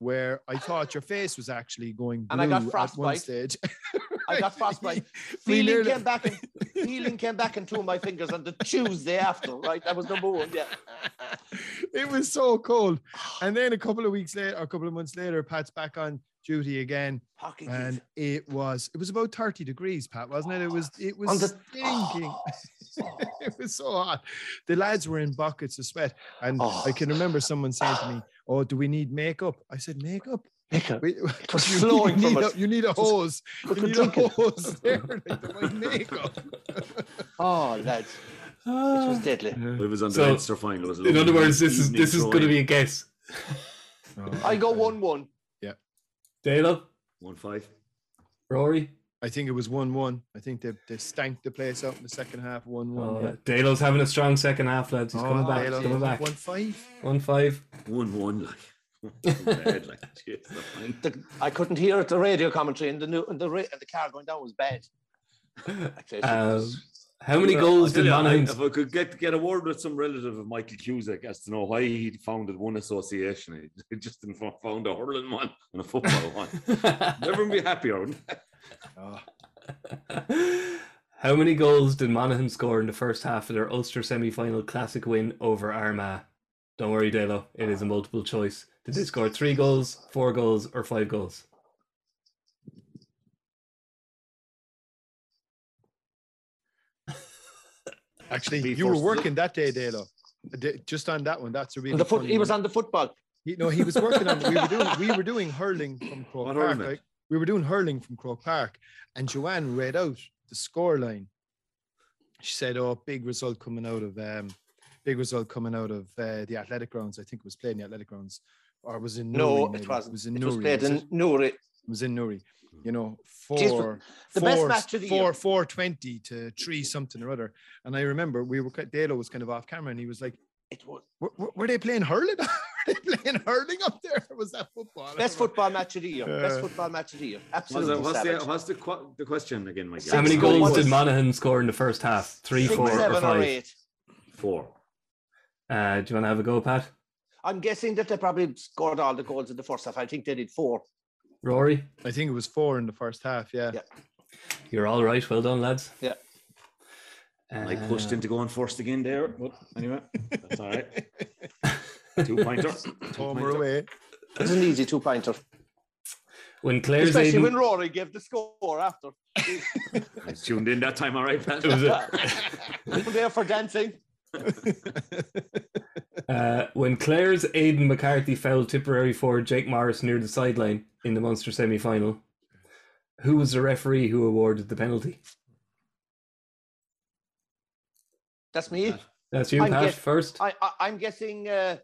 Speaker 6: where I thought your face was actually going blue
Speaker 5: And I got
Speaker 6: at one
Speaker 5: frostbite.
Speaker 6: stage.
Speaker 5: I got frostbite.
Speaker 6: We
Speaker 5: Feeling
Speaker 6: nearly-
Speaker 5: came back and feeling came back and two of my fingers on the Tuesday after. Right, that was number one. Yeah,
Speaker 6: it was so cold. And then a couple of weeks later, a couple of months later, Pat's back on duty again,
Speaker 5: hockey.
Speaker 6: and
Speaker 5: geez.
Speaker 6: it was it was about thirty degrees, Pat, wasn't it? It was it
Speaker 5: On
Speaker 6: was
Speaker 5: the- Ah,
Speaker 6: stinking. it was so hot. The lads were in buckets of sweat, and
Speaker 5: Oh.
Speaker 6: I can remember someone saying to me, "Oh, do we need makeup?" I said, "Makeup."
Speaker 5: Michael,
Speaker 6: We,
Speaker 5: It was
Speaker 6: you,
Speaker 5: flowing
Speaker 6: you
Speaker 5: from
Speaker 6: need
Speaker 5: us.
Speaker 6: A, you need a hose. You
Speaker 5: couldn't
Speaker 6: need a
Speaker 5: drink it.
Speaker 6: hose there. Like, the white makeup.
Speaker 5: Oh, lads, this was deadly.
Speaker 7: It was on the
Speaker 4: So,
Speaker 7: Leinster final. It was a
Speaker 4: In other
Speaker 7: lovely
Speaker 4: words, this is
Speaker 7: evening
Speaker 4: this is going to
Speaker 7: throwing.
Speaker 4: be a guess.
Speaker 5: I go one-one.
Speaker 4: Dalo,
Speaker 7: one five.
Speaker 4: Rory.
Speaker 6: I think it was one-one. I think they, they stank the place out in the second half. One-one.
Speaker 4: Oh,
Speaker 6: yeah.
Speaker 4: Dalo's having a strong second half, lads. He's coming back. He's
Speaker 6: Taylor,
Speaker 4: coming back.
Speaker 6: One five.
Speaker 4: One five.
Speaker 7: One one like. Bad, like jeez, the fine.
Speaker 5: The, I couldn't hear it, the radio commentary, and the new, and the ra- and the car going down was bad. Actually,
Speaker 4: Um, how many
Speaker 7: Well,
Speaker 4: goals
Speaker 7: I tell
Speaker 4: did
Speaker 7: you, I-
Speaker 4: Monaghan?
Speaker 7: If I could get get a word with some relative of Michael Cusick as to know why he founded one association, he just didn't fo- found a hurling one and a football one. Never be happier. wouldn't I?
Speaker 4: How many goals did Monaghan score in the first half of their Ulster semi final classic win over Armagh? Don't worry, Dalo, it is a multiple choice. Did they score three goals, four goals, or five goals?
Speaker 6: Actually,
Speaker 7: Be
Speaker 6: you were
Speaker 7: forced to-
Speaker 6: working that day, Dalo. D- Just on that one. That's a really.
Speaker 5: the foot,
Speaker 6: funny
Speaker 5: he was
Speaker 6: one.
Speaker 5: on the football.
Speaker 6: He, no, he was working on. We were doing. We were doing hurling from Croke
Speaker 7: What
Speaker 6: Park.
Speaker 7: hurling?
Speaker 6: right? We were doing hurling from Croke Park, and Joanne read out the score line. She said, "Oh, big result coming out of um, big result coming out of uh, the athletic grounds. I think it was played in the athletic grounds, or was in
Speaker 5: No,
Speaker 6: Newry maybe.
Speaker 5: it wasn't.
Speaker 6: was in
Speaker 5: It was
Speaker 6: Newry,
Speaker 5: played
Speaker 6: was
Speaker 5: in
Speaker 6: it?
Speaker 5: Newry.
Speaker 6: It was in Newry. You know, four,
Speaker 5: Jeez, but the best
Speaker 6: four-
Speaker 5: match of the
Speaker 6: four,
Speaker 5: year.
Speaker 6: four twenty to three something or other. And I remember we were Dalo was kind of off camera, and he was like,
Speaker 5: It was
Speaker 6: Were, were- were they playing hurling? were they playing hurling up there? Or was that football? I don't
Speaker 5: best
Speaker 6: know.
Speaker 5: football match of the year. Best
Speaker 6: Yeah.
Speaker 5: football match of the year.
Speaker 7: What's,
Speaker 5: Absolutely.
Speaker 7: the, what's, the,
Speaker 5: savage.
Speaker 7: what's the, qu- the question again, Mike?
Speaker 4: How many
Speaker 5: Six
Speaker 4: goals
Speaker 5: goals.
Speaker 4: did Monaghan score in the first half? Three,
Speaker 5: Six,
Speaker 4: four,
Speaker 5: seven,
Speaker 4: or five?
Speaker 5: eight.
Speaker 7: Four.
Speaker 4: Uh, do you want to have a go, Pat?
Speaker 5: I'm guessing that they probably scored all the goals in the first half. I think they did four.
Speaker 4: Rory,
Speaker 6: I think it was four in the first half. Yeah.
Speaker 5: Yeah.
Speaker 4: you're all right. Well done, lads.
Speaker 5: Yeah.
Speaker 7: I
Speaker 4: Uh,
Speaker 7: pushed into going first again there, but anyway, that's all right. Two pointer.
Speaker 6: Homer away.
Speaker 5: It was an easy two pointer,
Speaker 4: When Claire's
Speaker 5: especially
Speaker 4: Aiden,
Speaker 5: when Rory gave the score after.
Speaker 7: I was tuned in that time, all right, Pat.
Speaker 4: it was a-
Speaker 5: I'm there for dancing.
Speaker 4: Uh, when Clare's Aidan McCarthy fouled Tipperary forward Jake Morris near the sideline in the Munster semi final, who was the referee who awarded the penalty?
Speaker 5: That's me.
Speaker 4: That's you,
Speaker 5: I'm
Speaker 4: Pat,
Speaker 5: guess-
Speaker 4: first.
Speaker 5: I, I, I'm guessing uh,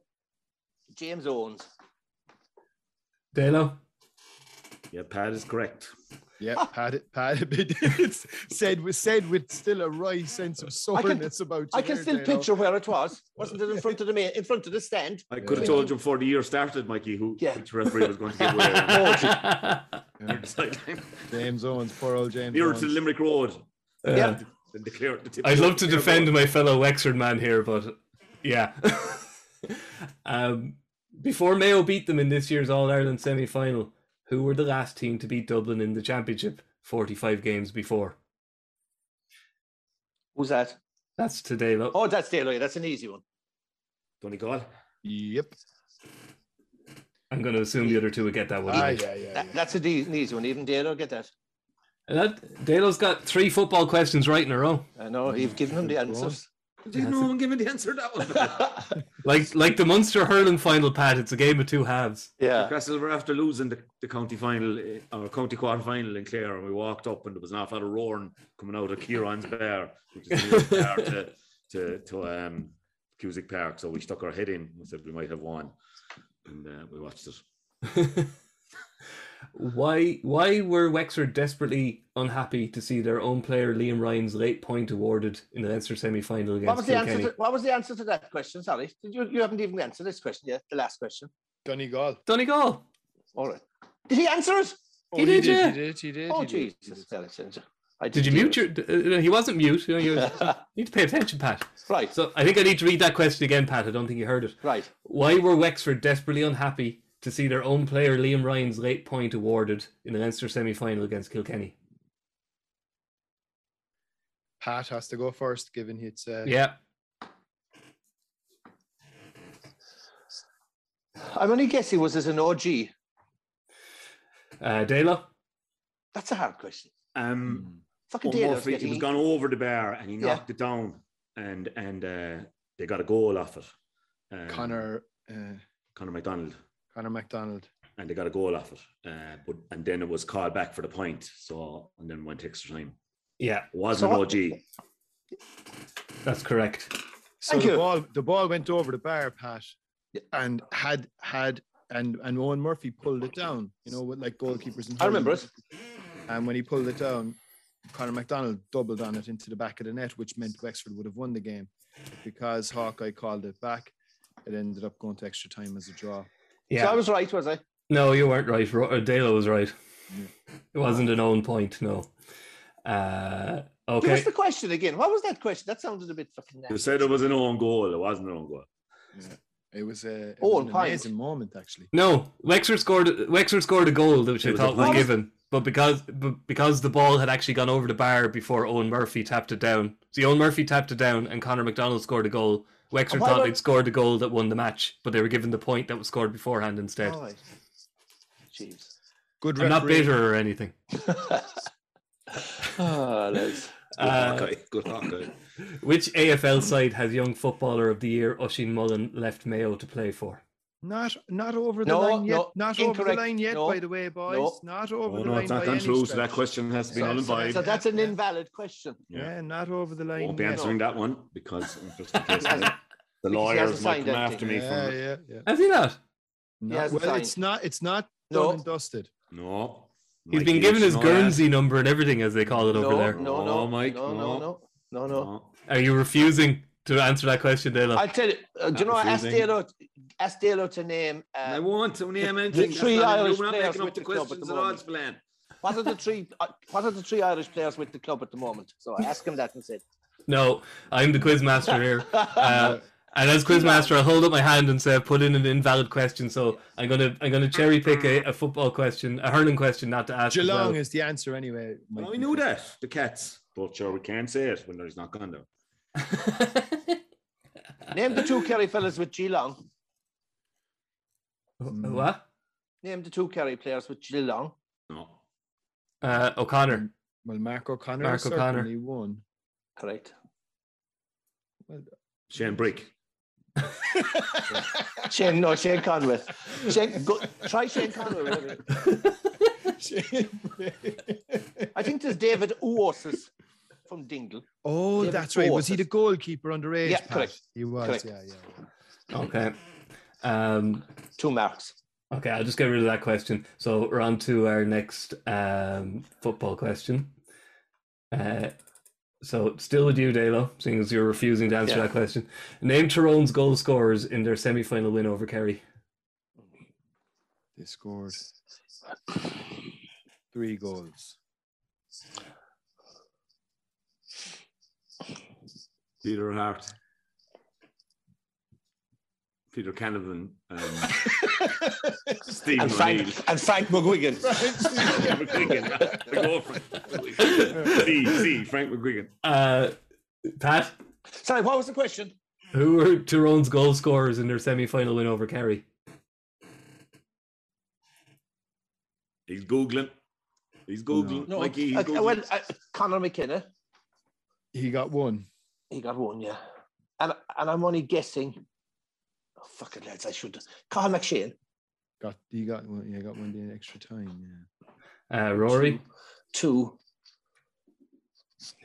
Speaker 5: James Owens.
Speaker 4: Dalo?
Speaker 7: yeah, Pat is correct.
Speaker 6: Yeah, Pat, it- Pat, it- it's said with said with still a wry sense of soreness about. you
Speaker 5: I can
Speaker 6: there,
Speaker 5: still
Speaker 6: Dano.
Speaker 5: picture where it was. Wasn't it in front of the main, in front of the stand?
Speaker 7: I could have told you before the year started, Mikey, who
Speaker 5: Yeah.
Speaker 7: which referee was going to give away.
Speaker 6: James Owens, poor old James.
Speaker 7: Nearer
Speaker 6: Owens.
Speaker 7: to Limerick Road.
Speaker 5: Yeah.
Speaker 4: Uh,
Speaker 7: than declare the tip-
Speaker 4: I'd love to defend my fellow Wexford man here, but yeah. um, before Mayo beat them in this year's All Ireland semi final, who were the last team to beat Dublin in the championship 45 games before?
Speaker 5: Who's that?
Speaker 4: That's to Dalo.
Speaker 5: Oh, that's Daloy. That's an easy one.
Speaker 7: Donegal.
Speaker 6: Yep.
Speaker 4: I'm going to assume the other two would get that one.
Speaker 6: Ah,
Speaker 4: right.
Speaker 6: yeah, yeah, yeah.
Speaker 5: That, that's a de- an easy one. Even Daloy get that.
Speaker 4: That Dalo's got three football questions right in a row.
Speaker 5: I know you've given him the answers.
Speaker 7: Did you know I'm giving the answer to that one?
Speaker 4: Like like the Munster hurling final, Pat. It's a game of two halves.
Speaker 5: yeah.
Speaker 7: Newcastle were after losing the, the county final eh, or county quarter final in Clare, and we walked up and there was an awful lot of roaring coming out of Kieran's bar, which is nearest bar to to, to um, Cusick Park. So we stuck our head in and said we might have won, and uh, we watched it.
Speaker 4: Why why were Wexford desperately unhappy to see their own player Liam Ryan's late point awarded in the Leinster semi final
Speaker 5: What
Speaker 4: against
Speaker 5: was the answer?
Speaker 4: Kilkenny?
Speaker 5: To, what was the answer to that question? Sorry, Did you you haven't even answered this question yet. The last question.
Speaker 6: Donegal.
Speaker 4: Donegal.
Speaker 5: All right. Did he answer it?
Speaker 4: Oh, He did, yeah.
Speaker 6: Oh, He did. He did.
Speaker 5: Oh
Speaker 6: he did, he
Speaker 5: Jesus!
Speaker 6: did.
Speaker 5: I
Speaker 4: Did you mute your? Uh, uh, he wasn't mute. You, know, you need to pay attention, Pat.
Speaker 5: right.
Speaker 4: So I think I need to read that question again, Pat. I don't think you heard it.
Speaker 5: Right.
Speaker 4: Why were Wexford desperately unhappy to see their own player Liam Ryan's late point awarded in the Leinster semi final against Kilkenny?
Speaker 6: Pat has to go first, given it's. Uh,
Speaker 4: Yeah.
Speaker 5: I'm only guessing was as an OG.
Speaker 4: Uh, Dalo.
Speaker 5: That's a hard question.
Speaker 7: Um,
Speaker 5: Fucking
Speaker 7: One more
Speaker 5: Dalo's
Speaker 7: free kick
Speaker 5: getting.
Speaker 7: was gone over the bar and he
Speaker 5: Yeah.
Speaker 7: knocked it down, and and uh, they got a goal off it. Um,
Speaker 6: Connor. Uh,
Speaker 7: Connor McDonald.
Speaker 6: Connor McDonald.
Speaker 7: and they got a goal off it. Uh, but and then it was called back for the point. So and then went to extra time.
Speaker 4: Yeah,
Speaker 7: It was
Speaker 5: So
Speaker 7: an
Speaker 5: what-
Speaker 7: OG.
Speaker 4: that's correct.
Speaker 6: So
Speaker 5: Thank
Speaker 6: the
Speaker 5: you.
Speaker 6: ball the ball went over the bar, Pat,
Speaker 5: Yeah.
Speaker 6: and had had and and Owen Murphy pulled it down. You know what, like goalkeepers. And
Speaker 5: I remember it.
Speaker 6: And when he pulled it down, Conor MacDonald doubled on it into the back of the net, which meant Wexford would have won the game because Hawkeye called it back. It ended up going to extra time as a draw.
Speaker 4: Yeah.
Speaker 5: So I was right, was I?
Speaker 4: no, you weren't right. Ro- or Dalo was right. It wasn't an own point, no. Uh,
Speaker 5: Give us
Speaker 4: okay.
Speaker 5: the question again. What was that question? That sounded a bit fucking.
Speaker 7: You
Speaker 5: nasty.
Speaker 7: said it was an own goal. It wasn't an own goal.
Speaker 6: It was, a, it
Speaker 5: Oh,
Speaker 6: was
Speaker 5: and
Speaker 6: an
Speaker 5: pint.
Speaker 6: amazing moment, actually.
Speaker 4: No, Wexford scored. Wexford scored a goal which
Speaker 7: It
Speaker 4: I
Speaker 7: was
Speaker 4: thought
Speaker 7: a
Speaker 4: was
Speaker 7: point.
Speaker 4: given, but because but because the ball had actually gone over the bar before Owen Murphy tapped it down. So Owen Murphy tapped it down, and Connor McDonald scored a goal. Wexford
Speaker 5: And why
Speaker 4: thought
Speaker 5: don't-
Speaker 4: they'd scored the goal that won the match, but they were given the point that was scored beforehand instead.
Speaker 5: All right. Jeez.
Speaker 6: Good
Speaker 4: I'm not
Speaker 6: Oh, referee.
Speaker 4: bitter or anything.
Speaker 5: Ah, lads.
Speaker 7: Good
Speaker 4: Uh,
Speaker 7: Hawkeye. Good Hawkeye.
Speaker 4: Which AFL side has young footballer of the year Oisin Mullen left Mayo to play for?
Speaker 6: Not not over the
Speaker 5: No,
Speaker 6: line yet.
Speaker 5: no,
Speaker 6: not over
Speaker 5: incorrect.
Speaker 6: the line yet,
Speaker 5: No,
Speaker 6: by the way, boys.
Speaker 5: no.
Speaker 6: Not over
Speaker 7: Oh,
Speaker 6: the
Speaker 7: no,
Speaker 6: line.
Speaker 7: it's not
Speaker 6: by
Speaker 7: gone
Speaker 6: any
Speaker 7: through. So
Speaker 6: stretch.
Speaker 7: that question has to be
Speaker 6: So-
Speaker 7: null and
Speaker 6: so-
Speaker 7: void.
Speaker 5: So that's an invalid question.
Speaker 7: Yeah.
Speaker 6: Yeah, not over the line.
Speaker 7: Won't be
Speaker 6: yet.
Speaker 7: answering that one because just in case the the
Speaker 5: hasn't
Speaker 7: lawyers might
Speaker 5: signed
Speaker 7: come
Speaker 5: anything.
Speaker 7: after me.
Speaker 6: Yeah,
Speaker 7: From
Speaker 6: yeah, yeah.
Speaker 4: Has he not?
Speaker 6: Not-
Speaker 5: hasn't
Speaker 6: well,
Speaker 5: signed.
Speaker 6: it's not. It's not
Speaker 5: No.
Speaker 6: done and dusted.
Speaker 7: No.
Speaker 4: He's
Speaker 7: Mikey,
Speaker 4: been given
Speaker 7: you
Speaker 4: his
Speaker 7: know
Speaker 4: Guernsey number and everything, as they call it
Speaker 5: No,
Speaker 4: over there. Oh
Speaker 5: no, no,
Speaker 7: No, Mike,
Speaker 5: no,
Speaker 6: Oh,
Speaker 7: no.
Speaker 5: no, no,
Speaker 7: that.
Speaker 5: no, no.
Speaker 7: No.
Speaker 4: Are you refusing to answer that question, Dale.
Speaker 5: I'll tell you. Uh, do you know? I asked
Speaker 7: Confusing.
Speaker 5: Dalo. Asked Dalo to name.
Speaker 7: And I
Speaker 5: Uh,
Speaker 7: want only I
Speaker 5: the
Speaker 7: mentioned
Speaker 5: three Irish
Speaker 7: We're not
Speaker 5: players
Speaker 7: making
Speaker 5: with
Speaker 7: up the
Speaker 5: the club at
Speaker 7: questions
Speaker 5: the
Speaker 7: at all,
Speaker 5: moment.
Speaker 7: it's plan.
Speaker 5: what are the three? Uh, what are the three Irish players with the club at the moment? So I asked him that and said,
Speaker 4: No, I'm the quiz master here. Uh, and as quiz master, I'll hold up my hand and say I've put in an invalid question. So I'm gonna I'm gonna cherry pick a, a football question, a hurling question, not to ask. as
Speaker 6: Geelong
Speaker 4: well.
Speaker 6: is the answer anyway. Mike.
Speaker 7: I knew that the cats. But sure, we can't say it when there's not gone there.
Speaker 5: "Name the two Kerry fellas with Geelong.
Speaker 4: Uh, what?
Speaker 5: Name the two Kerry players with Geelong."
Speaker 7: No,
Speaker 4: Uh, O'Connor.
Speaker 6: Well, Mark O'Connor
Speaker 4: Mark O'Connor.
Speaker 6: certainly won.
Speaker 5: Correct.
Speaker 7: Shane Brick.
Speaker 5: Shane, no, Shane Conway. Shane, go, try Shane Conway. whatever. I think there's David Uosis from Dingle.
Speaker 6: oh,
Speaker 5: David
Speaker 6: that's right. Was he
Speaker 5: Ortiz.
Speaker 6: the goalkeeper underage?
Speaker 5: Yeah,
Speaker 6: Pat?
Speaker 5: correct.
Speaker 6: He was.
Speaker 5: Correct.
Speaker 6: Yeah, yeah.
Speaker 4: Okay. Um,
Speaker 5: Two marks.
Speaker 4: Okay, I'll just get rid of that question. So we're on to our next um, football question. Uh, so still with you, Dalo, seeing as you're refusing to answer
Speaker 5: Yeah.
Speaker 4: that question. Name Tyrone's goal scorers in their semi-final win over Kerry.
Speaker 6: They scored three goals.
Speaker 7: Peter Hart. Peter Canavan. Um, Stephen O'Neill.
Speaker 5: And Frank, and Frank McGuigan.
Speaker 7: Frank McGuigan. The girlfriend. See, see, Frank McGuigan.
Speaker 4: Uh, Pat,
Speaker 5: Sorry, what was the question?
Speaker 4: who were Tyrone's goal scorers in their semi-final win over Kerry?
Speaker 7: He's Googling. He's Googling.
Speaker 5: No,
Speaker 7: Mikey, he's
Speaker 5: uh,
Speaker 7: Googling.
Speaker 5: well, uh, Conor McKenna,
Speaker 6: He got one.
Speaker 5: he got one, yeah. And and I'm only guessing. Oh, fucking lads, I should. Carl McShane.
Speaker 6: Got he got one. Yeah, got one day in extra time.
Speaker 4: Uh, Rory,
Speaker 5: Two.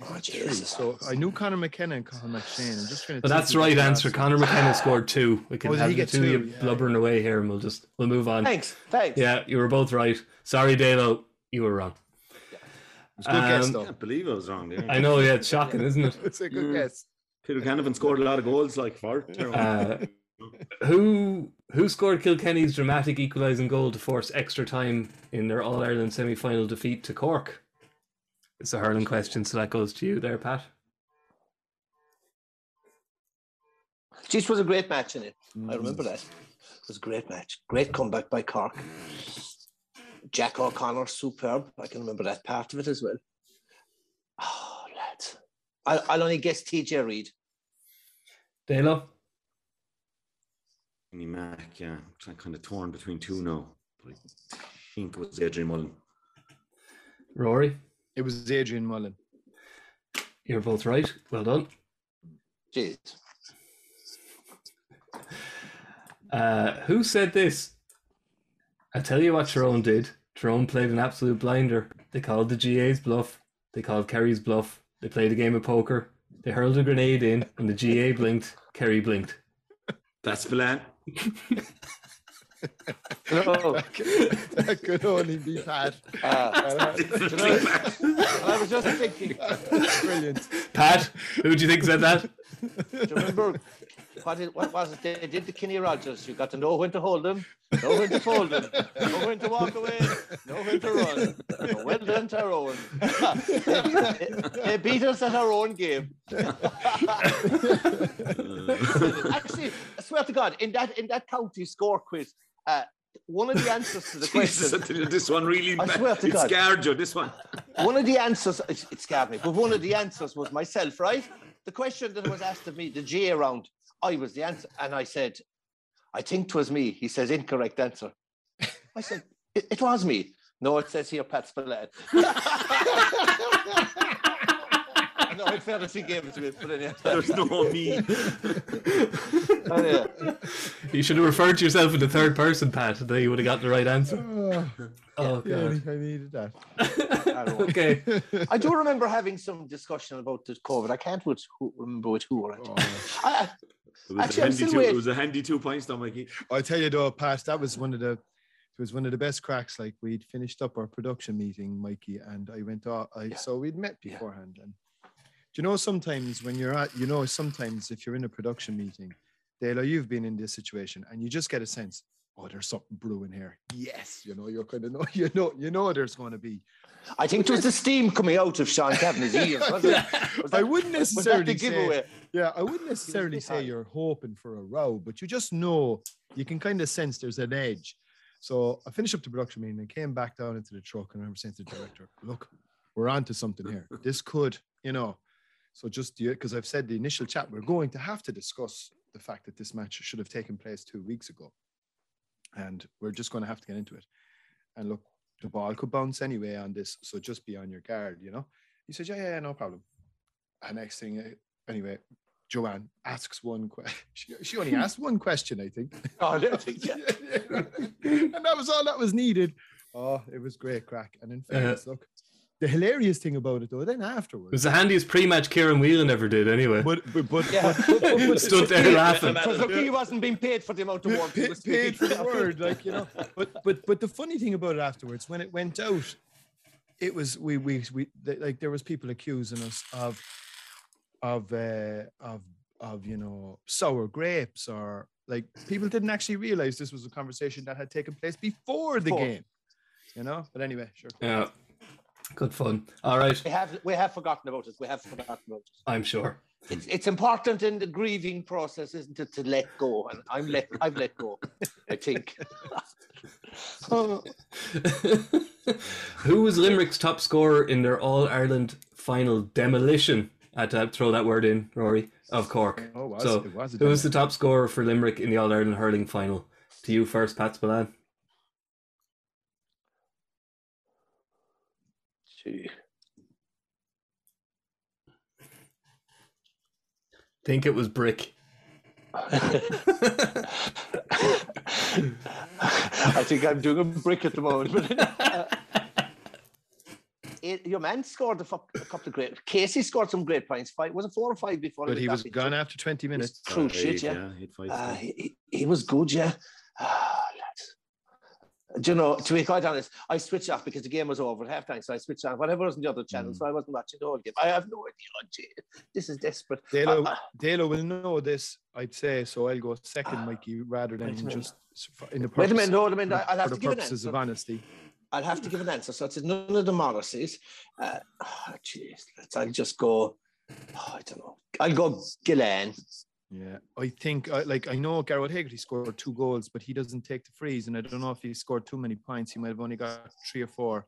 Speaker 5: Oh,
Speaker 6: Yeah.
Speaker 5: Jesus.
Speaker 6: So I knew Connor McKenna and Colin McShane. I'm just trying to.
Speaker 4: but
Speaker 6: think
Speaker 4: that's
Speaker 6: who
Speaker 4: the right
Speaker 6: the
Speaker 4: answer.
Speaker 6: last-
Speaker 4: Connor McKenna scored two. We can
Speaker 6: Oh, did he
Speaker 4: have the
Speaker 6: get
Speaker 4: two, of
Speaker 6: two?
Speaker 4: you
Speaker 6: Yeah,
Speaker 4: blubbering away here, and we'll just we'll move on.
Speaker 5: Thanks, thanks.
Speaker 4: Yeah, you were both right. Sorry, Dalo, you were wrong.
Speaker 6: It's a good guess
Speaker 4: Um,
Speaker 7: I
Speaker 6: though.
Speaker 7: can't believe I was wrong there.
Speaker 4: I know, yeah, it's shocking, isn't it?
Speaker 6: It's a good
Speaker 7: Yeah.
Speaker 6: guess.
Speaker 7: Peter Canavan scored a lot of goals like for Tyrone.
Speaker 4: Uh, who who scored Kilkenny's dramatic equalising goal to force extra time in their All Ireland semi final defeat to Cork? It's a hurling question, so that goes to you there, Pat.
Speaker 5: This was a great match, in it.
Speaker 6: Mm.
Speaker 5: I remember that. It was a great match. Great comeback by Cork. Jack O'Connor, superb. I can remember that part of it as well. Oh, lads. I'll, I'll only guess TJ Reid.
Speaker 4: Dalo?
Speaker 7: Kenny Mack, yeah. I'm kind of torn between two now. But I think it was Adrian Mullen.
Speaker 4: Rory?
Speaker 6: It was Adrian Mullen.
Speaker 4: You're both right. Well done.
Speaker 5: Jeez.
Speaker 4: Uh, who said this? I tell you what Tyrone did. Tyrone played an absolute blinder. They called the GA's bluff. They called Kerry's bluff. They played a game of poker. They hurled a grenade in, and the GA blinked. Kerry blinked.
Speaker 7: That's Milan.
Speaker 5: No.
Speaker 6: that could only be Pat.
Speaker 5: Uh, I was just thinking,
Speaker 6: Brilliant.
Speaker 4: Pat, who do you think said that?
Speaker 5: do you remember what, it, what was it they did to Kenny Rogers? You got to know when to hold them, know when to fold them, know when to walk away, know when to run. So well done, Tyrone. they, they beat us at our own game. Actually, I swear to God, in that in that county score quiz, uh, one of the answers to the
Speaker 7: Jesus,
Speaker 5: question,
Speaker 7: I tell you, this one really
Speaker 5: I swear to
Speaker 7: it
Speaker 5: God.
Speaker 7: scared you. This one.
Speaker 5: one of the answers, it, it scared me, but one of the answers was myself, right? The question that was asked of me, the GA round, I was the answer, and I said, I think 'twas me. He says incorrect answer. I said, it, it was me. No, it says here Pat Spillane. no, in fairness, he gave it to me. But anyway,
Speaker 7: There's no me.
Speaker 5: anyway.
Speaker 4: You should have referred to yourself in the third person, Pat, and then you would have got the right answer.
Speaker 6: Oh,
Speaker 4: Oh
Speaker 6: yeah, I
Speaker 4: god.
Speaker 6: think I needed that.
Speaker 4: Okay.
Speaker 5: I do remember having some discussion about the COVID. I can't with who, remember with who or it.
Speaker 6: Oh.
Speaker 5: I,
Speaker 7: It was,
Speaker 5: Actually,
Speaker 7: a
Speaker 5: I'm
Speaker 7: handy
Speaker 5: still
Speaker 7: two, it
Speaker 5: waiting.
Speaker 7: was a handy two points, though, Mikey.
Speaker 6: I tell you though, Pat, that was one of the it was one of the best cracks. Like we'd finished up our production meeting, Mikey, and I went off. I,
Speaker 5: Yeah.
Speaker 6: So we'd met
Speaker 5: Yeah.
Speaker 6: beforehand, and Do you know sometimes when you're at, you know, sometimes if you're in a production meeting, Dale, or you've been in this situation, and you just get a sense, oh, there's something brewing here. Yes, you know, you're kind of know, you know, you know, there's going to be.
Speaker 5: I think it was the steam coming out of Sean Kavanaugh's ears, wasn't it? Was
Speaker 6: I
Speaker 5: that-
Speaker 6: wouldn't
Speaker 5: Was that the
Speaker 6: necessarily say,
Speaker 5: giveaway?
Speaker 6: yeah, I wouldn't necessarily say
Speaker 5: behind.
Speaker 6: you're hoping for a row, but you just know you can kind of sense there's an edge. So I finished up the production meeting and came back down into the truck, and I remember saying to the director, "Look, we're onto something here. This could, you know." So just because I've said the initial chat, we're going to have to discuss the fact that this match should have taken place two weeks ago, and we're just going to have to get into it. And look, the ball could bounce anyway on this, so just be on your guard, you know. He said, "Yeah, yeah, yeah, no problem." And next thing, uh, anyway, Joanne asks one question. She, she only asked one question, I think.
Speaker 5: Oh, no, yeah.
Speaker 6: and that was all that was needed. Oh, it was great crack. And in fairness, look, the hilarious thing about it though, then
Speaker 4: It
Speaker 6: afterwards,
Speaker 4: was the handiest pre-match Kieran Whelan ever did, anyway.
Speaker 6: but but but,
Speaker 5: Yeah.
Speaker 6: but- but- but-
Speaker 4: Stood there laughing.
Speaker 5: Because look, he wasn't being paid for the amount of
Speaker 6: pa-
Speaker 5: warmth he was
Speaker 6: paid for
Speaker 5: speaking.
Speaker 6: the word, like you know. But but but the funny thing about it afterwards, when it went out, it was we we we th- like there was people accusing us of of uh, of of you know sour grapes or like people didn't actually realize this was a conversation that had taken place before the
Speaker 5: Before.
Speaker 6: game, you know. But anyway, sure.
Speaker 4: yeah, good fun. All right,
Speaker 5: We have we have forgotten about it. We have forgotten about it.
Speaker 4: I'm sure.
Speaker 5: It's, it's important in the grieving process, isn't it, to let go? And I'm let I've let go. I think.
Speaker 4: Who was Limerick's top scorer in their All Ireland final demolition? I had to throw that word in, Rory, of Cork.
Speaker 6: Oh, it was,
Speaker 4: so,
Speaker 6: it was a
Speaker 4: who was
Speaker 6: demo.
Speaker 4: the top scorer for Limerick in the All Ireland hurling final? To you first, Pat Spillane.
Speaker 5: Gee.
Speaker 4: Think it was Brick.
Speaker 5: I think I'm doing a brick at the moment. But, uh, it- your man scored a, fuck, a couple of great. Casey scored some great points. Five was it four or five before?
Speaker 6: But
Speaker 5: got
Speaker 6: he was
Speaker 5: that injury?
Speaker 6: gone after 20
Speaker 5: He was
Speaker 6: minutes.
Speaker 7: Oh,
Speaker 5: True shit, yeah.
Speaker 7: he'd fight
Speaker 5: Uh,
Speaker 7: for it.
Speaker 5: he, he- he was good, yeah. Ah, lads. Do you know, to be quite honest, I switched off because the game was over at halftime, so I switched on whatever was on the other channel,
Speaker 6: Mm.
Speaker 5: so I wasn't watching the whole game. I have no idea. Oh, gee, this is desperate.
Speaker 6: Dalo,
Speaker 5: Uh, uh,
Speaker 6: Dalo will know this, I'd say, so I'll go second,
Speaker 5: Ah.
Speaker 6: Mikey, rather than
Speaker 5: Wait a minute.
Speaker 6: just s- for- in the
Speaker 5: wait
Speaker 6: purpose,
Speaker 5: a minute, no, wait a
Speaker 6: for
Speaker 5: minute.
Speaker 6: the-
Speaker 5: I'll have
Speaker 6: for the
Speaker 5: to give an
Speaker 6: purposes
Speaker 5: answer.
Speaker 6: of honesty.
Speaker 5: I'll have to give an answer. So it's none of the Morrises. Uh, oh, jeez, let's. I'll just go. oh, I don't know. I'll go Gillan.
Speaker 6: Yeah, I think, I, like, I know Garrett Hagerty scored two goals, but he doesn't take the freeze, and I don't know if he scored too many points. He might have only got three or four.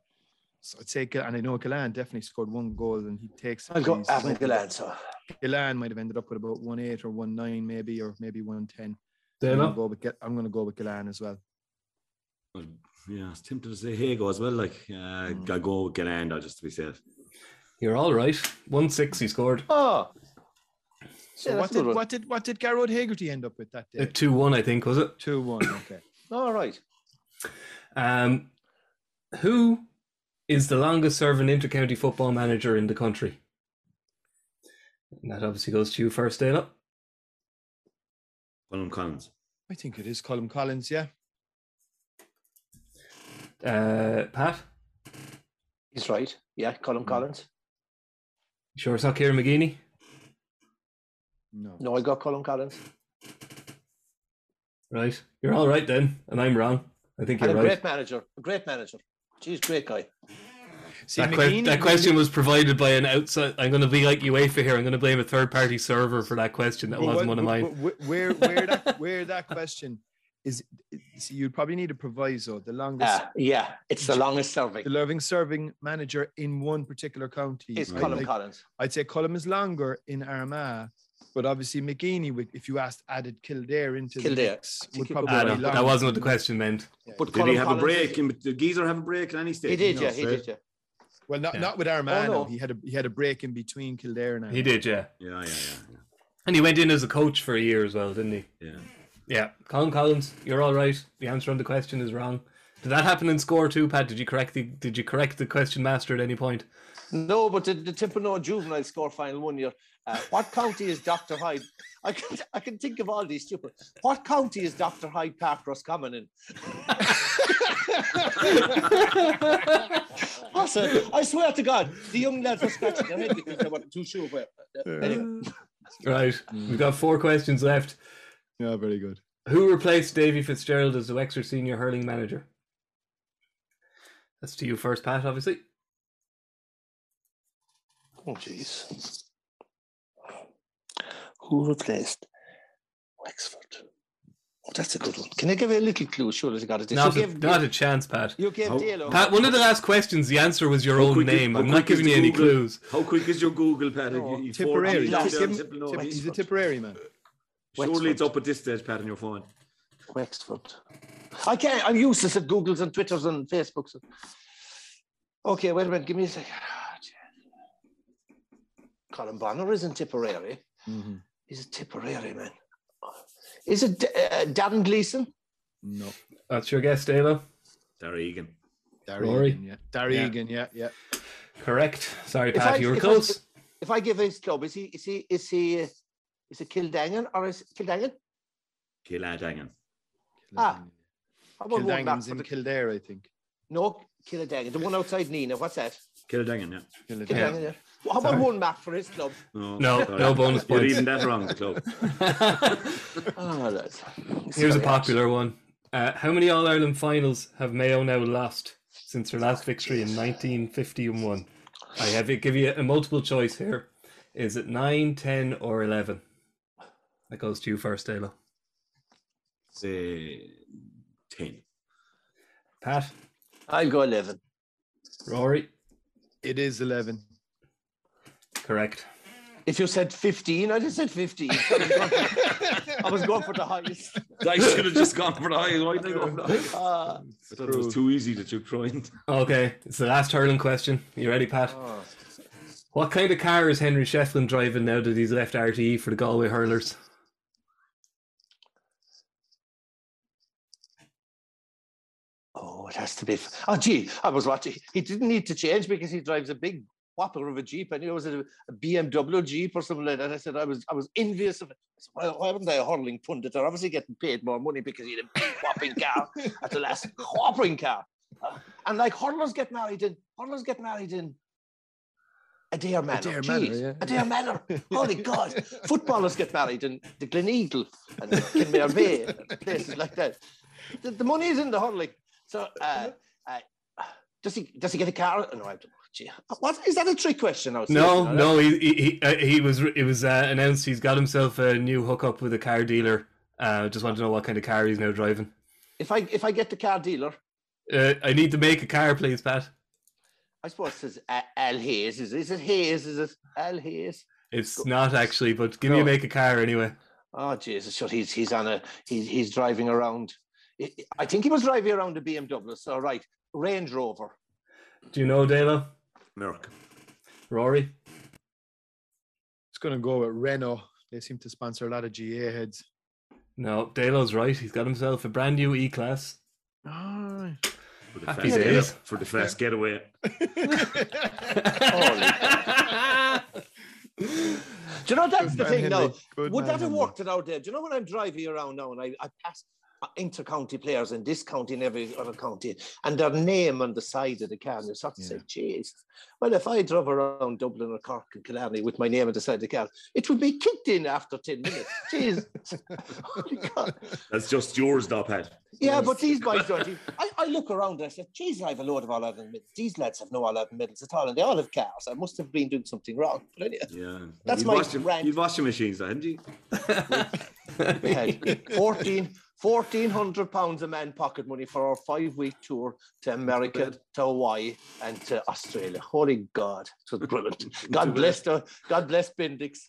Speaker 6: So I'd say, Gil- and I know Galan definitely scored one goal, and he takes. the
Speaker 5: I'll go
Speaker 6: frees. He
Speaker 5: Avon
Speaker 6: might be-
Speaker 5: Gillan. So
Speaker 6: Gillan might have ended up with about one eight or one nine, maybe, or maybe one ten. I'm gonna
Speaker 4: Dana?
Speaker 6: go with Gil- I'm going to go with Galan as well.
Speaker 7: Well, yeah, I was tempted to say Hago as well. Like, uh,
Speaker 6: Mm.
Speaker 7: I go with Galanda just to be safe.
Speaker 4: You're all right. 1 6 he scored.
Speaker 5: oh,
Speaker 6: So
Speaker 5: Yeah,
Speaker 6: what
Speaker 5: that's a good
Speaker 6: did
Speaker 5: one.
Speaker 6: what did what did Garrod Hagerty end up with that day?
Speaker 4: 2 1, I think, was it?
Speaker 6: Two one. Okay.
Speaker 5: all right.
Speaker 4: Um, who is the longest serving intercounty football manager in the country? And that obviously goes to you first, Dana.
Speaker 7: Colin Collins.
Speaker 6: I think it is Colin Collins. Yeah.
Speaker 4: Uh, Pat?
Speaker 5: He's right. Yeah, Colin
Speaker 6: Mm.
Speaker 5: Collins.
Speaker 4: You sure it's not Kieran McGeaney?
Speaker 6: No.
Speaker 5: No, I got Colin Collins.
Speaker 4: Right. You're all right then, and I'm wrong. I think
Speaker 5: And
Speaker 4: you're
Speaker 5: a
Speaker 4: right.
Speaker 5: great manager. A great manager. Jeez, great guy.
Speaker 6: See,
Speaker 4: That, que-
Speaker 6: McGeaney-
Speaker 4: that question was provided by an outside. I'm going to be like UEFA here. I'm going to blame a third party server for that question. That
Speaker 6: But
Speaker 4: wasn't
Speaker 6: what-
Speaker 4: one of mine.
Speaker 6: but wh- Where where that where that question is? See, you'd probably need a proviso. The longest,
Speaker 5: Ah, yeah, it's the longest serving.
Speaker 6: the loving serving manager in one particular county.
Speaker 5: It's
Speaker 6: I'd
Speaker 5: Colin
Speaker 6: like-
Speaker 5: Collins.
Speaker 6: I'd say Colum is longer in Armagh, but obviously McGeaney, would, if you asked, added Kildare into
Speaker 5: Kildare.
Speaker 6: the mix,
Speaker 5: I think
Speaker 6: would
Speaker 5: you could
Speaker 6: probably
Speaker 4: Ah,
Speaker 5: go
Speaker 4: no,
Speaker 6: be longer.
Speaker 4: that wasn't what the question meant.
Speaker 5: But
Speaker 7: Did
Speaker 5: Colin
Speaker 7: he have
Speaker 5: Collins
Speaker 7: a break? And Did Geezer have a break at any stage?
Speaker 5: He did,
Speaker 7: No,
Speaker 5: yeah, he
Speaker 7: so-
Speaker 5: did, yeah.
Speaker 6: Well, not,
Speaker 4: Yeah.
Speaker 6: not with Armagh.
Speaker 5: Oh,
Speaker 6: no.
Speaker 5: no.
Speaker 6: He had a he had a break in between Kildare and Armagh.
Speaker 4: He did, yeah.
Speaker 7: Yeah, yeah, yeah.
Speaker 4: And he went in as a coach for a year as well, didn't he?
Speaker 7: yeah.
Speaker 4: Yeah, Colin Collins, you're all right. The answer on the question is wrong. Did that happen in score two, Pat? Did you correct the Did you correct the question master at any point?
Speaker 5: No, but the, the Timpano Juvenile score final one year. Uh, what county is Dr. Hyde? I can, I can think of all these stupid. What county is Dr. Hyde Park Roscommon in? class. eh? I swear to God, the young lads were scratching their head because they weren't too sure where. Anyway,
Speaker 4: Right, we've got four questions left.
Speaker 6: Yeah, very good.
Speaker 4: Who replaced Davy Fitzgerald as the Wexford senior hurling manager? That's to you first, Pat. Obviously,
Speaker 5: Oh, jeez. Who replaced Wexford? Oh, that's a good one. Can I give you a little clue? Sure, as I got it.
Speaker 4: not
Speaker 5: you
Speaker 4: a,
Speaker 5: gave,
Speaker 4: not a chance, Pat.
Speaker 5: you gave
Speaker 7: Oh,
Speaker 5: Dalo.
Speaker 4: Pat, one of the last questions, the answer was your
Speaker 7: How
Speaker 4: own
Speaker 7: quick is-
Speaker 4: name.
Speaker 7: how
Speaker 4: I'm
Speaker 7: quick
Speaker 4: not giving
Speaker 7: is
Speaker 4: you any
Speaker 7: Google?
Speaker 4: clues.
Speaker 7: How quick is your Google, Pat?
Speaker 6: Oh,
Speaker 7: You- you four-
Speaker 6: Tipperary.
Speaker 7: you
Speaker 5: lost
Speaker 7: down
Speaker 6: Give him-
Speaker 7: Tipperary, no,
Speaker 6: Tip-
Speaker 7: he's
Speaker 6: he's a
Speaker 7: fucked.
Speaker 6: Tipperary man.
Speaker 7: Surely it's
Speaker 5: Wexford.
Speaker 7: up at this stage, Pat, on your phone.
Speaker 5: Wexford. I can't. I'm useless at Googles and Twitters and Facebooks. Okay, wait a minute. Give me a second. Ah, gee. Colin Bonner is in Tipperary.
Speaker 7: Mm-hmm.
Speaker 6: Mhm.
Speaker 5: He's a Tipperary man. Is it D- uh, Darren Gleeson?
Speaker 6: No,
Speaker 4: That's your guess, Dalo.
Speaker 7: Darry Egan.
Speaker 6: Darry
Speaker 4: Rory.
Speaker 6: Egan, yeah. Darry
Speaker 4: Yeah.
Speaker 6: Egan, yeah, yeah.
Speaker 4: Correct. Sorry,
Speaker 5: If
Speaker 4: Pat,
Speaker 5: I-
Speaker 4: you were
Speaker 5: if I-
Speaker 4: close.
Speaker 5: If I give his club, is he is he is he uh, is it Kildangan or is Kildangan?
Speaker 7: Killadangan.
Speaker 5: Ah. I won one back
Speaker 6: Kildangan's
Speaker 5: for
Speaker 6: in
Speaker 5: the,
Speaker 6: Kildare, I think.
Speaker 5: no Kildangan, the one outside Nina. What's that?
Speaker 7: Killadangan, yeah.
Speaker 6: Kildare.
Speaker 5: Kildangan. Yeah. Well, I won one map for his club.
Speaker 7: No,
Speaker 4: No,
Speaker 7: sorry.
Speaker 4: no bonus
Speaker 7: You're
Speaker 4: points.
Speaker 7: reading that wrong, club.
Speaker 5: Oh, that's,
Speaker 4: Here's a
Speaker 5: Sorry, Alex.
Speaker 4: popular one. Uh, how many All Ireland finals have Mayo now lost since their last victory in 1951? I have it, give you a multiple choice here. Is it 9, 10, or 11? That goes to you first, Dalo.
Speaker 7: Say 10.
Speaker 4: Pat,
Speaker 5: I'll go eleven.
Speaker 4: Rory,
Speaker 6: It is 11.
Speaker 4: correct.
Speaker 5: If you said 15, I just said 15. I was going for the highest.
Speaker 7: I should have just gone for the high. Why did I go for the high? I
Speaker 5: Uh,
Speaker 7: thought it was too easy that you tried.
Speaker 4: Okay, it's the last hurling question. You ready, Pat?
Speaker 5: Oh.
Speaker 4: What kind of car is Henry Shefflin driving now that he's left RTE for the Galway Hurlers?
Speaker 5: oh, it has to be. f- Oh, gee, I was watching. He didn't need to change because he drives a big whopper of a Jeep. and knew it was a, a BMW Jeep or something like that. I said, I was I was envious of it. I said, Why, why wasn't I a hurling pundit? They're obviously getting paid more money because he had a big whopping car at the last whopping car. Uh, and like hurlers get married in, hurlers get married in. Adair Manor.
Speaker 6: Adair
Speaker 5: Jeez,
Speaker 6: Manor, yeah.
Speaker 5: Adair Manor. Holy God. Footballers get married in the Glen Eagle and Kinmare Bay and places like that. The, the money is in the hurling. So uh, uh, does he does he get a car? No, I don't. Gee, what is that a trick question? I was
Speaker 4: No,
Speaker 5: thinking,
Speaker 4: no, he he he, uh, he was it was uh, announced he's got himself a new hookup with a car dealer. Uh, just want to know what kind of car he's now driving.
Speaker 5: If I if I get the car dealer,
Speaker 4: Uh, I need to make a car, please, Pat.
Speaker 5: I suppose it says A- Al Hayes. Is it, is it Hayes? Is it Al Hayes?
Speaker 4: It's
Speaker 5: Go-
Speaker 4: not actually, but give me a
Speaker 5: No.
Speaker 4: make a car anyway.
Speaker 5: Oh Jesus! So he's he's on a he's he's driving around. I- I think he was driving around a BMW. So right, Range Rover.
Speaker 4: Do you know Dalo,
Speaker 7: Merck.
Speaker 4: Rory?
Speaker 6: It's going to go with Renault. They seem to sponsor a lot of GA heads.
Speaker 4: No, Dalo's right. He's got himself a brand new E class.
Speaker 6: Ah.
Speaker 7: For the,
Speaker 4: Happy
Speaker 7: fast,
Speaker 4: days.
Speaker 7: get- for the fast getaway.
Speaker 5: Do you know that's
Speaker 6: Good
Speaker 5: the
Speaker 6: man,
Speaker 5: thing
Speaker 6: Henry.
Speaker 5: now?
Speaker 6: Good
Speaker 5: Would
Speaker 6: man,
Speaker 5: that have
Speaker 6: Henry.
Speaker 5: worked it out there? Do you know when I'm driving around now and I, I pass uh, inter-county players in this county and every other county and their name on the side of the car and you sort of say, geez, well, if I drove around Dublin or Cork and Killarney with my name on the side of the car, it would be kicked in after 10 minutes. Jeez. Holy God.
Speaker 7: That's just yours, though, Pat.
Speaker 5: Yeah, but these guys don't. even- I, I look around and I said, geez, I have a load of all Ireland medals. These lads have no all Ireland medals at all and they all have cars. I must have been doing something wrong. But anyway,
Speaker 7: Yeah.
Speaker 5: That's
Speaker 7: you'd
Speaker 5: my
Speaker 7: wash your,
Speaker 5: rant.
Speaker 7: You'd wash your machines, though, hadn't you?
Speaker 5: we had 14, 1400 pounds a man pocket money for our five week tour to America,
Speaker 7: bad.
Speaker 5: to Hawaii, and to Australia. Holy God, it was brilliant. God bless the, God bless Bendix.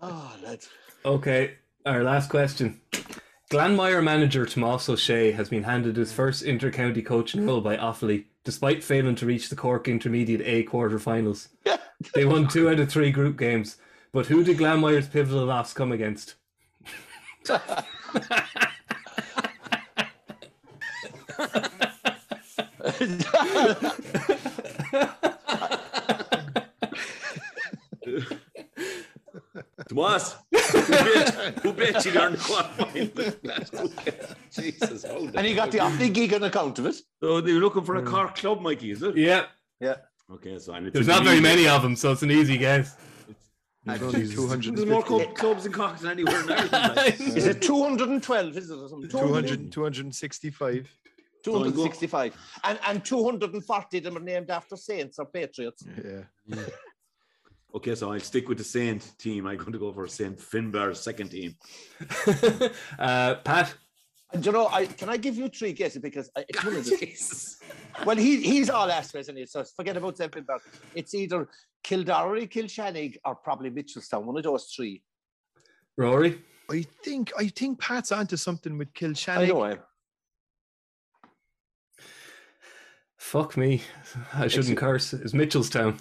Speaker 5: oh, lads.
Speaker 4: Okay, our last question. Glanmire manager Tomas O'Shea has been handed his first inter-county coaching role by Offaly, despite failing to reach the Cork Intermediate A quarter-finals. they won two out of three group games, but who did Glanmire's pivotal loss come against?
Speaker 7: Tomas, who bet, who bet you there in the quarterfinals? Jesus, hold
Speaker 5: And
Speaker 7: it.
Speaker 5: he got the Offaly gig on account of it.
Speaker 7: So you're looking for a Cork club, Mikey, is it?
Speaker 4: Yeah,
Speaker 7: Okay, so and it's
Speaker 4: there's
Speaker 7: in
Speaker 4: not
Speaker 7: the
Speaker 4: very
Speaker 7: league.
Speaker 4: many of them, so it's an easy guess.
Speaker 6: There's only
Speaker 7: Jesus.
Speaker 6: 250.
Speaker 7: There's more club, clubs in Cork than anywhere in Ireland. like.
Speaker 5: Is it 212? Is it or something?
Speaker 6: 200, 265.
Speaker 5: 265. And, and 240 of them are named after saints or patriots.
Speaker 6: Yeah.
Speaker 7: Okay, so I'll stick with the Saint team. I'm going to go for Saint Finbar's second team.
Speaker 4: uh, Pat,
Speaker 5: And you know, I can I give you three guesses because I, it's one of the, well, he, he's all aspects in it, so forget about something. But it's either Kildare, Kilshannig, or probably Mitchelstown. One of those three.
Speaker 4: Rory,
Speaker 6: I think I think Pat's onto something with
Speaker 5: I know. eh?
Speaker 6: Kilshannon.
Speaker 5: I-
Speaker 4: fuck me, I shouldn't curse. It's Mitchellstown.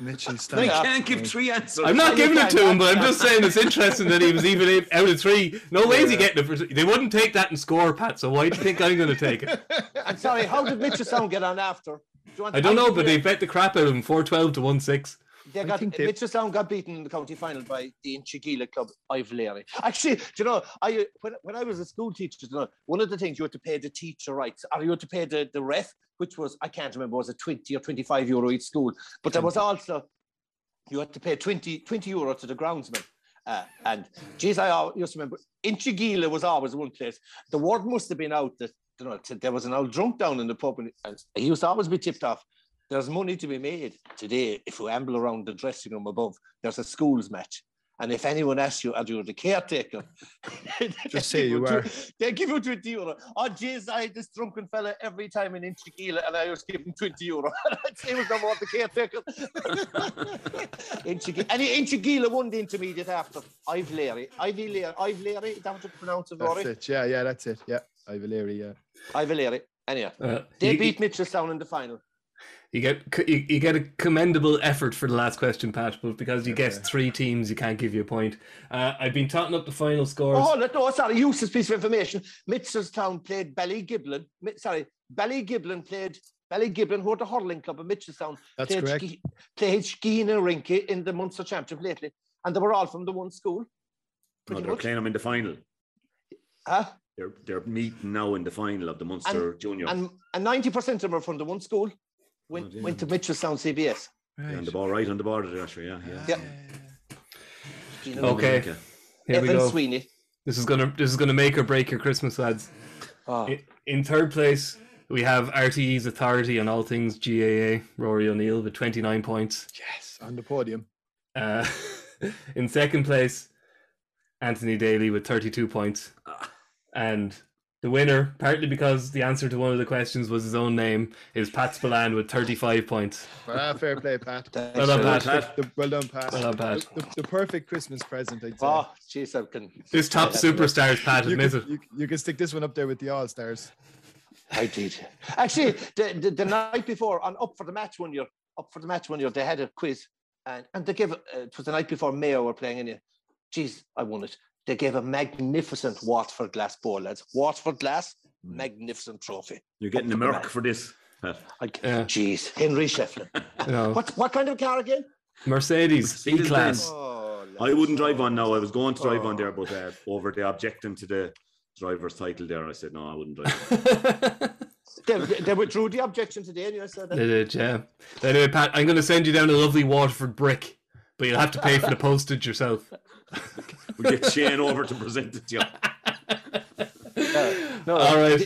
Speaker 6: Mitchell
Speaker 7: I
Speaker 6: Stanley.
Speaker 5: Yeah.
Speaker 7: can't give three answers.
Speaker 4: I'm not
Speaker 5: Any
Speaker 4: giving it to
Speaker 5: time,
Speaker 4: him, but I'm
Speaker 5: yeah.
Speaker 4: just saying it's interesting that he was even in- out of three. No ways he getting it. For, they wouldn't take that and score, Pat. So why do you think I'm going to take it?
Speaker 5: I'm sorry. How did Mitchelstown get on after? Do you want
Speaker 4: I don't know,
Speaker 5: think
Speaker 4: but
Speaker 5: they-
Speaker 4: they bet the crap out of him, four twelve to one six.
Speaker 5: They got
Speaker 6: think they-
Speaker 5: Mitchelstown got beaten in the county final by the Inchigila club Ivleary. Actually, do you know, I uh, when, when I was a school teacher, do you know, one of the things you had to pay the teacher rights, or you had to pay the, the ref, which was I can't remember was it twenty or twenty five euro each school, but there was also you had to pay 20, 20 euro to the groundsman. Uh, and geez, I al- used to remember Inchigila was always one place. The word must have been out that you know t- there was an old drunk down in the pub, and, and he used to always be tipped off. There's money to be made today if you amble around the dressing room above. There's a schools match. And if anyone asks you, are you the caretaker?
Speaker 6: Just say you are.
Speaker 5: They give you 20 euro. Oh, jeez, I had this drunken fella every time in Inchigila and I was giving 20 euro. I'd say it was no more the caretaker. Inchigila. And Inchigila won the intermediate after Ivleary. Ivleary, Ivleary, is that what you pronounce it,
Speaker 6: That's
Speaker 5: Rory?
Speaker 6: it. Yeah, yeah, that's it. Yeah. Ivaleri, yeah.
Speaker 5: Ivleary. Anyhow,
Speaker 4: Uh,
Speaker 5: they
Speaker 4: you,
Speaker 5: beat Mitchelstown in the final.
Speaker 4: you get you, you get a commendable effort for the last question, Pat. But because you guessed three teams, you can't give you a point. Uh, I've been totting up the final scores.
Speaker 5: Oh, no, no, sorry, useless piece of information. Mitchelstown played Ballygiblin. Mi- Sorry, Ballygiblin played Ballygiblin, who are the hurling club of Mitchelstown.
Speaker 6: That's
Speaker 5: played
Speaker 6: correct.
Speaker 5: Ski- played Skeena Rinky in the Munster Championship lately. And they were all from the one school.
Speaker 7: No,
Speaker 5: Pretty
Speaker 7: they're
Speaker 5: much.
Speaker 7: playing them in the final.
Speaker 5: Huh?
Speaker 7: They're they're meeting now in the final of the Munster Junior.
Speaker 5: And and 90% of them are from the one school. Went,
Speaker 4: Oh,
Speaker 7: dear.
Speaker 5: went to Mitchelstown CBS.
Speaker 7: Yeah, on the ball, right on the border, there, sure, yeah, yeah.
Speaker 5: Yeah. Skeena Rinky.
Speaker 4: Okay,
Speaker 7: Okay.
Speaker 4: here we
Speaker 5: Evan
Speaker 4: go.
Speaker 5: Sweeney.
Speaker 4: This is gonna this is gonna make or break your Christmas ads.
Speaker 5: Oh.
Speaker 4: I- In third place, we have RTE's authority on all things GAA, Rory O'Neill with 29 points.
Speaker 6: Yes, on the podium.
Speaker 4: Uh, in second place, Anthony Daly with 32 points. And the winner, partly because the answer to one of the questions was his own name, is Pat Spillane with 35 points.
Speaker 6: Ah, fair play, Pat.
Speaker 5: Thanks,
Speaker 4: Well done,
Speaker 5: Rory.
Speaker 4: Pat.
Speaker 6: The, well done, Pat.
Speaker 4: Well done, Pat.
Speaker 6: The, the perfect Christmas present, I'd say.
Speaker 5: Oh, jeez, I can.
Speaker 4: This top superstars, Pat,
Speaker 6: you,
Speaker 4: admit it.
Speaker 6: can, you, you can stick this one up there with the All Stars.
Speaker 5: I did. Actually, the, the, the night before, on Up for the Match one year, Up for the Match one year, they had a quiz, and, and they gave, uh, it was the night before Mayo were playing in it. Jeez, I won it. They gave a magnificent Watford Glass ball, lads. Watford Glass, magnificent trophy.
Speaker 7: You're getting the merc for this. Uh, Pat.
Speaker 5: I,
Speaker 4: Yeah.
Speaker 5: Jeez, Henry Shefflin.
Speaker 4: No.
Speaker 5: What, what kind of car again?
Speaker 4: Mercedes, E
Speaker 7: Mercedes-Benz.
Speaker 4: Class.
Speaker 5: Oh,
Speaker 7: I wouldn't drive on now. I was going to drive on there, but uh, over the objecting to the driver's title there, I said no, I wouldn't drive.
Speaker 5: they, they withdrew the objection today, and you said that.
Speaker 4: They did, yeah. Anyway, Pat, I'm going to send you down a lovely Waterford brick, but you'll have to pay for the postage yourself.
Speaker 7: we get Shane over to present it to you.
Speaker 5: No,
Speaker 4: All right.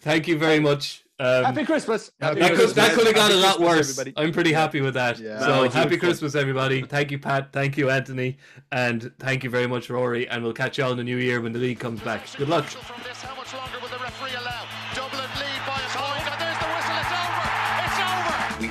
Speaker 4: Thank you very much. Um,
Speaker 5: Happy Christmas.
Speaker 6: Happy
Speaker 4: that could, that
Speaker 6: Christmas.
Speaker 4: could have gone a
Speaker 6: Happy
Speaker 4: lot
Speaker 6: Christmas,
Speaker 4: worse.
Speaker 6: everybody.
Speaker 4: I'm pretty happy with that.
Speaker 6: Yeah.
Speaker 4: So
Speaker 7: No, it's
Speaker 4: happy
Speaker 7: beautiful.
Speaker 4: Christmas, everybody. Thank you, Pat. Thank you, Anthony. And thank you very much, Rory. And we'll catch you all in the new year when the league comes back. Good luck.
Speaker 1: From this, how much longer will the referee allow? Dublin lead by a point. And there's the whistle. It's over. It's over.
Speaker 2: We